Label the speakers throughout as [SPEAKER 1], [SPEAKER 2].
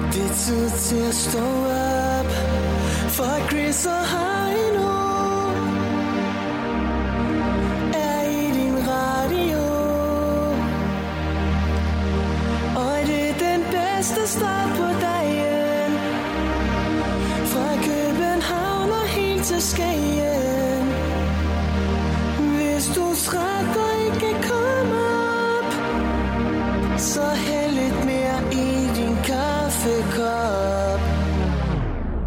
[SPEAKER 1] Altid til at stå op For Chris og Heino Er i din radio Og det er den bedste start på dagen Fra København og helt til Skagen Hvis du strækker ikke komme op Så hæld lidt mere i din kaffekop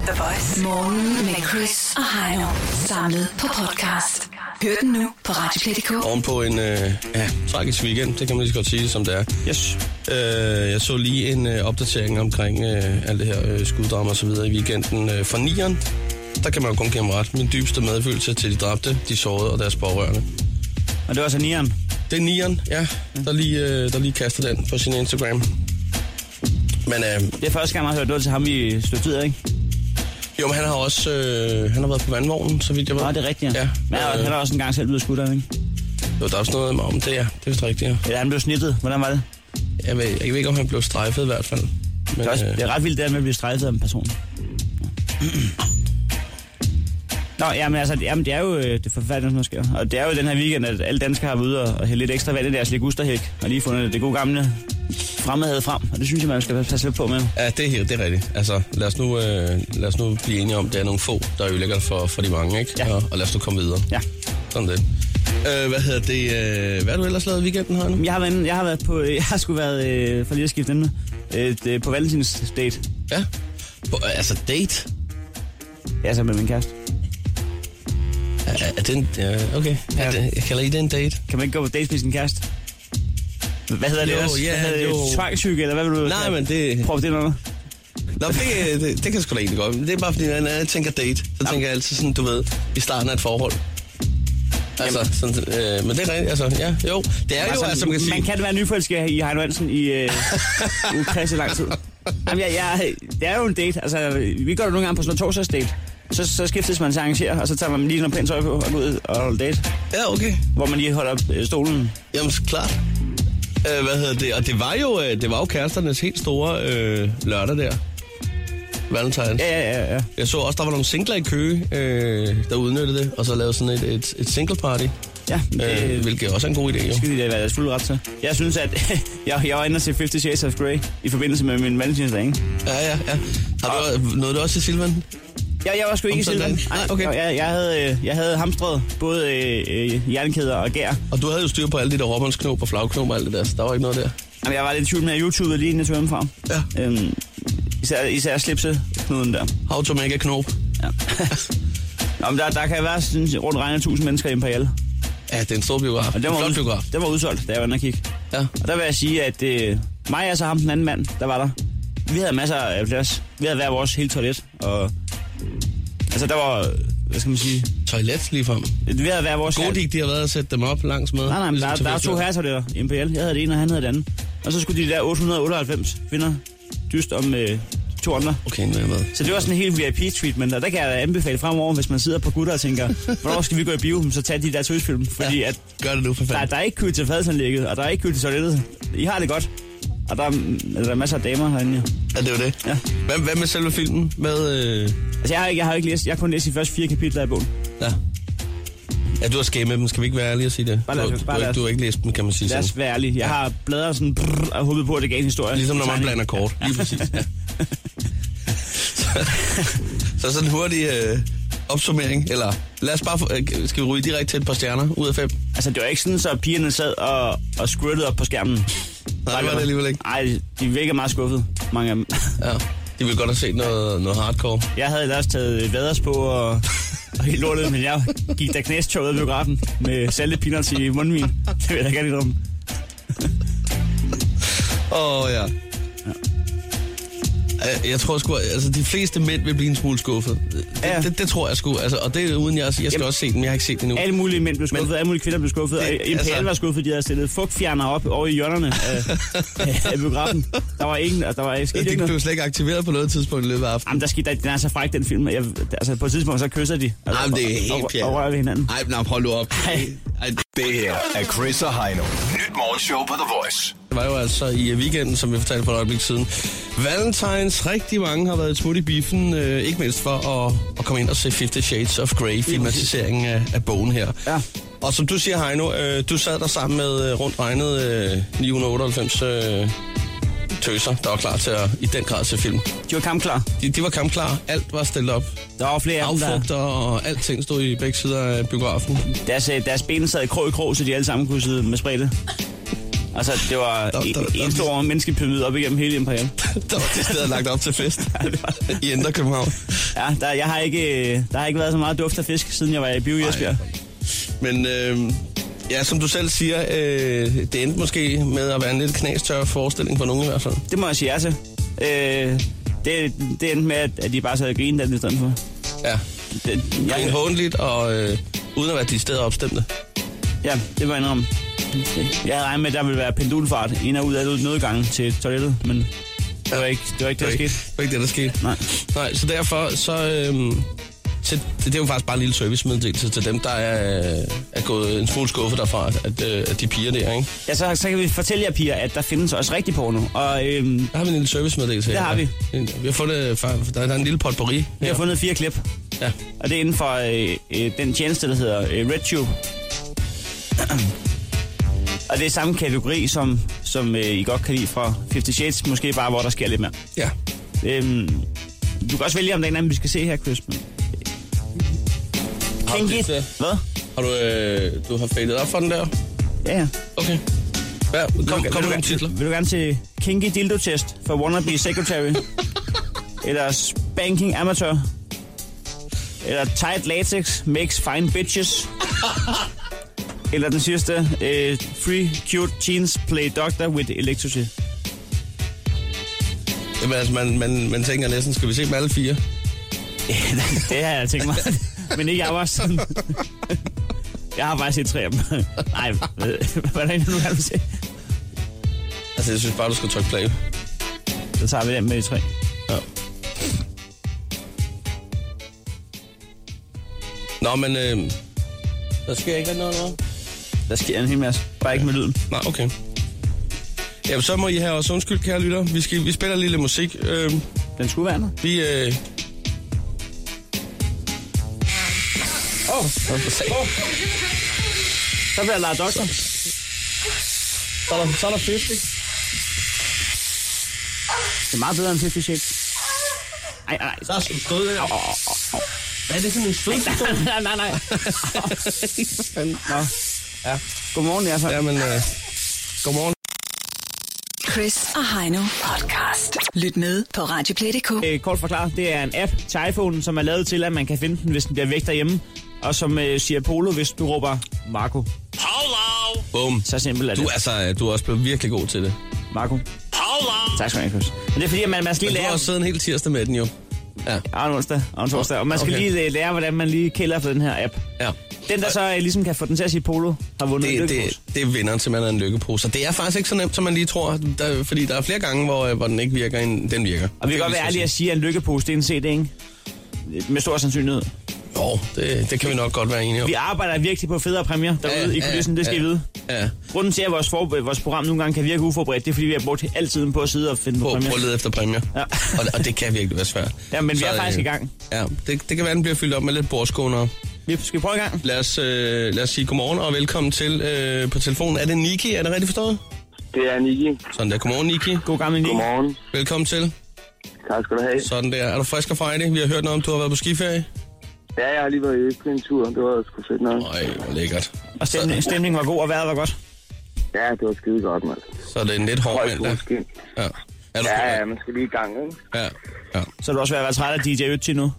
[SPEAKER 2] The Voice. Morgen med Chris og Heino. Samlet på podcast. Hør den nu på Radioplay.dk.
[SPEAKER 3] Oven på en øh, ja, tragisk weekend, det kan man lige så godt sige, det, som det er.
[SPEAKER 4] Yes.
[SPEAKER 3] Øh, jeg så lige en øh, opdatering omkring øh, alt det her øh, skuddrama og så videre i weekenden øh, fra nieren. Der kan man jo kun give ham ret. Min dybeste medfølelse til de dræbte, de sårede og deres pårørende.
[SPEAKER 4] Og det var så nieren.
[SPEAKER 3] Det er nieren, ja, der
[SPEAKER 4] Mm.
[SPEAKER 3] lige, øh, der lige kaster den på sin Instagram. Men øh,
[SPEAKER 4] Det er første gang, man har hørt noget til ham i støttet, ikke?
[SPEAKER 3] jo, men han har også øh, han har været på vandvognen, så vidt jeg ved.
[SPEAKER 4] Nå, det er rigtigt, ja.
[SPEAKER 3] ja
[SPEAKER 4] Men han,
[SPEAKER 3] øh,
[SPEAKER 4] han er også en gang selv blevet skudt, af, ikke?
[SPEAKER 3] jo, der er også noget om det, ja. Det er vist rigtigt, ja.
[SPEAKER 4] Eller han blev snittet. Hvordan var det?
[SPEAKER 3] Jeg ved, jeg ved ikke, om han blev strejfet i hvert fald. Men, øh,
[SPEAKER 4] Det er, også, det er ret vildt, det der med at blive strejfet af en person. Nå, jamen altså, jamen, det er jo øh, det forfærdelige, der sker. Og det er jo den her weekend, at alle danskere har været ude og, og hælde lidt ekstra vand i deres ligusterhæk, og lige fundet det gode gamle fremmedhed frem. Og det synes jeg, man skal passe lidt på med.
[SPEAKER 3] Ja, det er, helt- det er rigtigt. Altså, lad os, nu, øh, lad os nu blive enige om, at det er nogle få, der ødelægger det for, for de mange, ikke?
[SPEAKER 4] Ja.
[SPEAKER 3] Og, og lad os nu komme videre.
[SPEAKER 4] Ja.
[SPEAKER 3] Sådan det. Øh, hvad hedder det? Øh, hvad har du ellers lavet i weekenden her nu?
[SPEAKER 4] Jeg har været, inde- jeg har været på, jeg har sgu været, øh, for lige at skifte emne, øh, det- på Valentins date.
[SPEAKER 3] Ja. På, altså, date?
[SPEAKER 4] Altså med min kæreste.
[SPEAKER 3] Er, er det en... Ja, okay. Er det, kalder I det en date?
[SPEAKER 4] Kan man ikke gå på dates med sin kæreste? Hvad hedder det
[SPEAKER 3] Jo,
[SPEAKER 4] også?
[SPEAKER 3] ja,
[SPEAKER 4] hvad hedder
[SPEAKER 3] jo.
[SPEAKER 4] det? Tvangsyke, eller hvad vil du...
[SPEAKER 3] Nej, men det...
[SPEAKER 4] Prøv det noget.
[SPEAKER 3] Nå, det, det, det kan sgu da egentlig godt. Men Det er bare fordi, når jeg tænker date, så tænker jeg altid sådan, du ved, i starten af et forhold. Altså, sådan, øh, men det er rigtigt, altså, ja, jo. Det er jo, altså, man kan sige...
[SPEAKER 4] man kan være nyforelsket i Heino Hansen i øh, ukreds lang tid. Jamen, jeg, jeg, det er jo en date. Altså, vi går jo nogle gange på sådan en torsdagsdate. Så, så skiftes man til at arrangere, og så tager man lige noget pænt tøj på og går ud og holder date.
[SPEAKER 3] Ja, okay.
[SPEAKER 4] Hvor man lige holder øh, stolen.
[SPEAKER 3] Jamen, så klart. Øh, hvad hedder det? Og det var jo, øh, det var jo kæresternes helt store øh, lørdag der. Valentines.
[SPEAKER 4] Ja, ja, ja. ja.
[SPEAKER 3] Jeg så også, der var nogle singler i Køge, øh, der udnyttede det, og så lavede sådan et, et, et single party,
[SPEAKER 4] ja
[SPEAKER 3] øh,
[SPEAKER 4] det,
[SPEAKER 3] hvilket også er en god idé, jo.
[SPEAKER 4] skal de da være deres fulde ret til. Jeg synes, at jeg, jeg var inde og se 50 Shades of Grey i forbindelse med min valentinsdag, ikke?
[SPEAKER 3] Ja, ja, ja.
[SPEAKER 4] Ah.
[SPEAKER 3] Har du noget du også i Silvan?
[SPEAKER 4] Jeg, jeg var sgu ikke
[SPEAKER 3] Om
[SPEAKER 4] i Silvan.
[SPEAKER 3] søndagen?
[SPEAKER 4] Nej,
[SPEAKER 3] Nej, okay.
[SPEAKER 4] okay. jeg, jeg, havde, øh, jeg havde hamstret både øh, øh, jernkæder og gær.
[SPEAKER 3] Og du havde jo styr på alle de der råbåndsknop og flagknop og alt det der, så der var ikke noget der.
[SPEAKER 4] Jamen, jeg var lidt i tvivl med at YouTube lige inden jeg tog hjemmefra.
[SPEAKER 3] Ja.
[SPEAKER 4] Øhm, især, især slipseknuden der.
[SPEAKER 3] How to make a knop.
[SPEAKER 4] Ja. Nå, men der, der kan være sådan, rundt regnet 1000 mennesker i Imperial.
[SPEAKER 3] Ja, det er en stor biograf.
[SPEAKER 4] Og
[SPEAKER 3] En
[SPEAKER 4] den var,
[SPEAKER 3] flot
[SPEAKER 4] ud,
[SPEAKER 3] biograf.
[SPEAKER 4] den var udsolgt, da jeg var inde og kigge.
[SPEAKER 3] Ja.
[SPEAKER 4] Og der vil jeg sige, at øh, mig og så ham, den anden mand, der var der, vi havde masser af plads. Vi havde hver vores hele toilet. Og, altså, der var, hvad skal man sige,
[SPEAKER 3] Toilet lige frem.
[SPEAKER 4] vi havde hver vores...
[SPEAKER 3] God de har været at sætte dem op langs med.
[SPEAKER 4] Nej, nej, men
[SPEAKER 3] Ligesom
[SPEAKER 4] der,
[SPEAKER 3] til
[SPEAKER 4] der er to
[SPEAKER 3] festival.
[SPEAKER 4] herretoiletter i MPL. Jeg havde det ene, og han havde det andet. Og så skulle de der 898 kvinder dyst om øh, to andre.
[SPEAKER 3] Okay, nu er jeg med.
[SPEAKER 4] Så det var sådan en helt VIP-treatment, og der kan jeg da anbefale fremover, hvis man sidder på gutter og tænker, hvornår skal vi gå i bio, så tag de der tøjsfilm, fordi ja. at
[SPEAKER 3] Gør det nu, for
[SPEAKER 4] der,
[SPEAKER 3] fanden.
[SPEAKER 4] der er ikke kø til fadsanlægget, og der er ikke kø til toilettet. I har det godt. Og der er, der er masser af damer herinde. jo.
[SPEAKER 3] Ja, det er jo det.
[SPEAKER 4] Ja.
[SPEAKER 3] Hvad, hvad med selve filmen? Hvad, øh...
[SPEAKER 4] Altså, jeg har, ikke, jeg har ikke læst, jeg har kun læst de første fire kapitler af bogen.
[SPEAKER 3] ja. ja, du har skæmmet dem. Skal vi ikke være ærlige og sige det?
[SPEAKER 4] Bare lad os-
[SPEAKER 3] du, du,
[SPEAKER 4] bare
[SPEAKER 3] har ikke-
[SPEAKER 4] lad os-
[SPEAKER 3] du har ikke læst dem, kan man sige
[SPEAKER 4] Lad
[SPEAKER 3] sådan.
[SPEAKER 4] os være ærlige. Jeg har bladret sådan brrr, og håbet på, at det gav en historie.
[SPEAKER 3] Ligesom når man
[SPEAKER 4] Tegning.
[SPEAKER 3] blander kort. Lige præcis. Ja. så, så sådan en hurtig øh, opsummering. Eller lad os bare... Få, øh, skal vi ryge direkte til et par stjerner ud af fem?
[SPEAKER 4] Altså, det var ikke sådan, så pigerne sad og, og squirtede op på skærmen.
[SPEAKER 3] Nej, det var det alligevel ikke.
[SPEAKER 4] Nej, de virker meget skuffet, mange af dem.
[SPEAKER 3] Ja. De ville godt have set noget, noget hardcore.
[SPEAKER 4] Jeg havde ellers taget vaders på og, og helt lortet, men jeg gik da knæstoget ved biografen med salte peanuts i mundvin. Det vil jeg da gerne lidt om.
[SPEAKER 3] Åh, oh, ja. ja. Jeg tror sgu, altså de fleste mænd vil blive en smule skuffet. Det, ja.
[SPEAKER 4] Ja.
[SPEAKER 3] det, det tror jeg sgu, altså, og det er uden jeg, jeg skal Jamen.
[SPEAKER 4] Jamen.
[SPEAKER 3] også se den, jeg har ikke set den endnu.
[SPEAKER 4] Alle mulige mænd blev skuffet,
[SPEAKER 3] Men-
[SPEAKER 4] men, alle mulige kvinder blev skuffet.
[SPEAKER 3] Det-
[SPEAKER 4] Det, og
[SPEAKER 3] altså-
[SPEAKER 4] altså, var skuffet, de havde stillet fugtfjerner op over i hjørnerne af, af, af biografen. Der var ingen, altså, der var skete ikke
[SPEAKER 3] Det
[SPEAKER 4] noget.
[SPEAKER 3] blev slet ikke aktiveret på noget tidspunkt i løbet af aftenen.
[SPEAKER 4] Jamen, der skete, der, den er så fræk, den film. Jeg, altså, på et tidspunkt, så kysser de. Altså,
[SPEAKER 3] Jamen, det er
[SPEAKER 4] og,
[SPEAKER 3] helt
[SPEAKER 4] og,
[SPEAKER 3] pjat.
[SPEAKER 4] og, rører ved hinanden.
[SPEAKER 3] Ej, nej, hold nu op. Ej.
[SPEAKER 4] Ej.
[SPEAKER 3] Ej,
[SPEAKER 5] Det her er Chris og Heino. Nyt morgenshow på The Voice.
[SPEAKER 3] Det var jo altså i øh, weekenden, som vi fortalte for et øjeblik siden. Valentines, rigtig mange har været et smut i biffen, øh, ikke mindst for at, at komme ind og se 50 Shades of Grey, filmatiseringen af, af bogen her.
[SPEAKER 4] Ja.
[SPEAKER 3] Og som du siger, Heino, øh, du sad der sammen med øh, rundt regnet øh, 998 øh, tøser, der var klar til at i den grad se film.
[SPEAKER 4] De var kampklar.
[SPEAKER 3] De, de var kampklar, alt var stillet op.
[SPEAKER 4] Der var flere af dem, der...
[SPEAKER 3] Affugter og alting stod i begge sider af biografen.
[SPEAKER 4] Deres, øh, deres ben sad i krog i krog, så de alle sammen kunne sidde med spredte. Altså, det var
[SPEAKER 3] Der-
[SPEAKER 4] en,
[SPEAKER 3] der- der-
[SPEAKER 4] en stor menneskepyramide op igennem hele imperiet.
[SPEAKER 3] Der var det sted lagt op til fest i Indre København.
[SPEAKER 4] Ja, der, jeg har ikke, øh, der har ikke været så meget duft af fisk, siden jeg var i Bio i Esbjerg.
[SPEAKER 3] Men øh, ja, som du selv siger, øh, det endte måske med at være en lidt knastør forestilling for nogen i hvert fald.
[SPEAKER 4] Det må jeg sige ja til. Øh, det, det endte med, at, at de bare sad og grinede af den i stedet for.
[SPEAKER 3] Ja,
[SPEAKER 4] Det,
[SPEAKER 3] rent
[SPEAKER 4] jeg,
[SPEAKER 3] håndligt og øh, uden at være de steder opstemte.
[SPEAKER 4] ja, det var indrømme. Jeg havde regnet med, at der ville være pendulfart ind og ud af nødgangen til toilettet, men det var ikke det, var ikke, det der
[SPEAKER 3] Det var
[SPEAKER 4] skete.
[SPEAKER 3] ikke- det var ikke det, der skete.
[SPEAKER 4] Nej.
[SPEAKER 3] Nej, så derfor, så... Øh, til, det det er jo faktisk bare en lille servicemeddelelse til dem, der er, øh, er gået en smule skuffet derfra, at, øh, at de piger der, ikke?
[SPEAKER 4] Ja, så, så kan vi fortælle jer, piger, at der findes også rigtig porno. Og øhm,
[SPEAKER 3] Der har vi en lille servicemeddelelse
[SPEAKER 4] Det
[SPEAKER 3] her.
[SPEAKER 4] har vi.
[SPEAKER 3] En- Vi har fundet... øh, fa- Der, der er en lille potpourri.
[SPEAKER 4] vi har
[SPEAKER 3] her.
[SPEAKER 4] fundet fire klip,
[SPEAKER 3] Ja.
[SPEAKER 4] og det er inden for øh, øh, den tjeneste, der hedder øh, RedTube. og det er samme kategori, som, som øh, I godt kan lide fra 50 Shades, måske bare, hvor der sker lidt mere.
[SPEAKER 3] ja.
[SPEAKER 4] Øhm, du kan også vælge, om der er en anden, vi skal se her, Chris. men-
[SPEAKER 3] Har du
[SPEAKER 4] Kinky.
[SPEAKER 3] det til?
[SPEAKER 4] Hvad?
[SPEAKER 3] Har du, øh, du har fadet op for den der?
[SPEAKER 4] Ja, ja.
[SPEAKER 3] Okay. Ja, kom,
[SPEAKER 4] Vil du-
[SPEAKER 3] kom
[SPEAKER 4] vil
[SPEAKER 3] med
[SPEAKER 4] du,
[SPEAKER 3] nogle titler.
[SPEAKER 4] Vil, vil du gerne til Kinky Dildo Test for Wannabe Secretary? eller Spanking Amateur? Eller Tight Latex Makes Fine Bitches? eller den sidste, øh, Free Cute Teens Play Doctor with Electricity.
[SPEAKER 3] Jamen, altså, man, man, man tænker næsten, skal vi se dem alle fire?
[SPEAKER 4] det har jeg tænkt mig. Men ikke jeg var sådan. Jeg har faktisk set tre af dem. Nej, hvad- hvad er det nu, kan du se?
[SPEAKER 3] Altså, jeg synes bare, du skal trykke play.
[SPEAKER 4] Så tager vi den med i tre.
[SPEAKER 3] Ja. Nå, men øh, der sker ikke noget, noget.
[SPEAKER 4] Der sker en hel masse. Bare ikke med lyden.
[SPEAKER 3] Nej, okay. Jamen, så må I have også undskyld, kære lytter. Vi, skal, vi spiller lidt musik. Øh,
[SPEAKER 4] Den skulle være der.
[SPEAKER 3] vi... Øh... Åh, oh, oh,
[SPEAKER 4] Så bliver jeg Lara Doktor.
[SPEAKER 3] så er der, så er der 50.
[SPEAKER 4] Det er meget bedre end 50 Shades. Ej, nej,
[SPEAKER 3] Der er sgu stød der. Hvad er det for en stød?
[SPEAKER 4] nej, nej, nej. Nå. Ja. Godmorgen, jeg så.
[SPEAKER 3] Jamen, øh, godmorgen.
[SPEAKER 2] Chris og Heino podcast. Lyt med på Radioplay.dk.
[SPEAKER 4] Øh, kort forklaret, det er en app til iPhone, som er lavet til, at man kan finde den, hvis den bliver væk derhjemme. Og som øh, siger Polo, hvis du råber Marco.
[SPEAKER 3] Bum.
[SPEAKER 4] Så simpelt er det.
[SPEAKER 3] Du, altså, øh, du er også blevet virkelig god til det.
[SPEAKER 4] Marco. Tak skal du have, Chris. Men det er fordi, at man, man skal
[SPEAKER 3] Men
[SPEAKER 4] lige
[SPEAKER 3] du har
[SPEAKER 4] lære...
[SPEAKER 3] også siddet en hel tirsdag med den jo. Ja,
[SPEAKER 4] Og en onsdag, og en torsdag. Og man skal
[SPEAKER 3] Okay.
[SPEAKER 4] okay. lige øh, lære, hvordan man lige kælder for den her app.
[SPEAKER 3] ja.
[SPEAKER 4] Den, der så øh, ligesom kan få den til at sige Polo, har vundet en
[SPEAKER 3] Det,
[SPEAKER 4] lykkepose.
[SPEAKER 3] det, det er vinderen til, man er en lykkepose. Og det er faktisk ikke så nemt, som man lige tror. Der, fordi der er flere gange, hvor, øh, hvor den ikke virker, end den virker.
[SPEAKER 4] Og vi kan
[SPEAKER 3] Det
[SPEAKER 4] godt
[SPEAKER 3] vil
[SPEAKER 4] være
[SPEAKER 3] jeg
[SPEAKER 4] ærlige at sige, at en lykkepose, det er en CD, ikke? Med stor sandsynlighed.
[SPEAKER 3] sige. Jo, det, det kan vi nok godt være enige om.
[SPEAKER 4] Vi arbejder virkelig på federe præmier derude ja, i kulissen, det skal ja. I vide.
[SPEAKER 3] Ja,
[SPEAKER 4] Grunden til, at vores, for, vores program nogle gange kan virke uforberedt, det er, fordi vi har brugt al tiden på at sidde og finde på,
[SPEAKER 3] prøv,
[SPEAKER 4] præmier.
[SPEAKER 3] prøv at lede efter præmier.
[SPEAKER 4] Ja.
[SPEAKER 3] Og, og det kan virkelig være svært.
[SPEAKER 4] Ja, men vi
[SPEAKER 3] Så,
[SPEAKER 4] er
[SPEAKER 3] øh,
[SPEAKER 4] faktisk i gang.
[SPEAKER 3] Ja, det, det kan være, den bliver fyldt op med lidt bordskåner.
[SPEAKER 4] Vi skal vi prøve i gang.
[SPEAKER 3] Lad os, øh, lad os sige godmorgen og velkommen til øh, på telefonen. Er det Niki? Er det rigtigt forstået?
[SPEAKER 5] Det er Niki.
[SPEAKER 3] Sådan der. Godmorgen, Niki.
[SPEAKER 4] God gammel Nick.
[SPEAKER 5] Godmorgen.
[SPEAKER 3] Velkommen til.
[SPEAKER 5] Tak skal du have.
[SPEAKER 3] Sådan der. Er du frisk og Friday? Vi har hørt noget om, du har været på skiferie.
[SPEAKER 5] Ja, jeg har lige været i Østrig en tur. Det var sgu fedt nok.
[SPEAKER 3] Nej, hvor lækkert.
[SPEAKER 4] Og stemning, stemningen var god, og vejret var godt.
[SPEAKER 5] Ja, det var skide godt, mand.
[SPEAKER 3] Så er det en lidt hård
[SPEAKER 5] Høj
[SPEAKER 3] mandag.
[SPEAKER 5] solskin.
[SPEAKER 3] Ja. Er du
[SPEAKER 5] Ja, ja, man skal lige i gang, ikke?
[SPEAKER 3] ja. ja.
[SPEAKER 4] Så er du også ved at være træt af DJ Ytzi nu.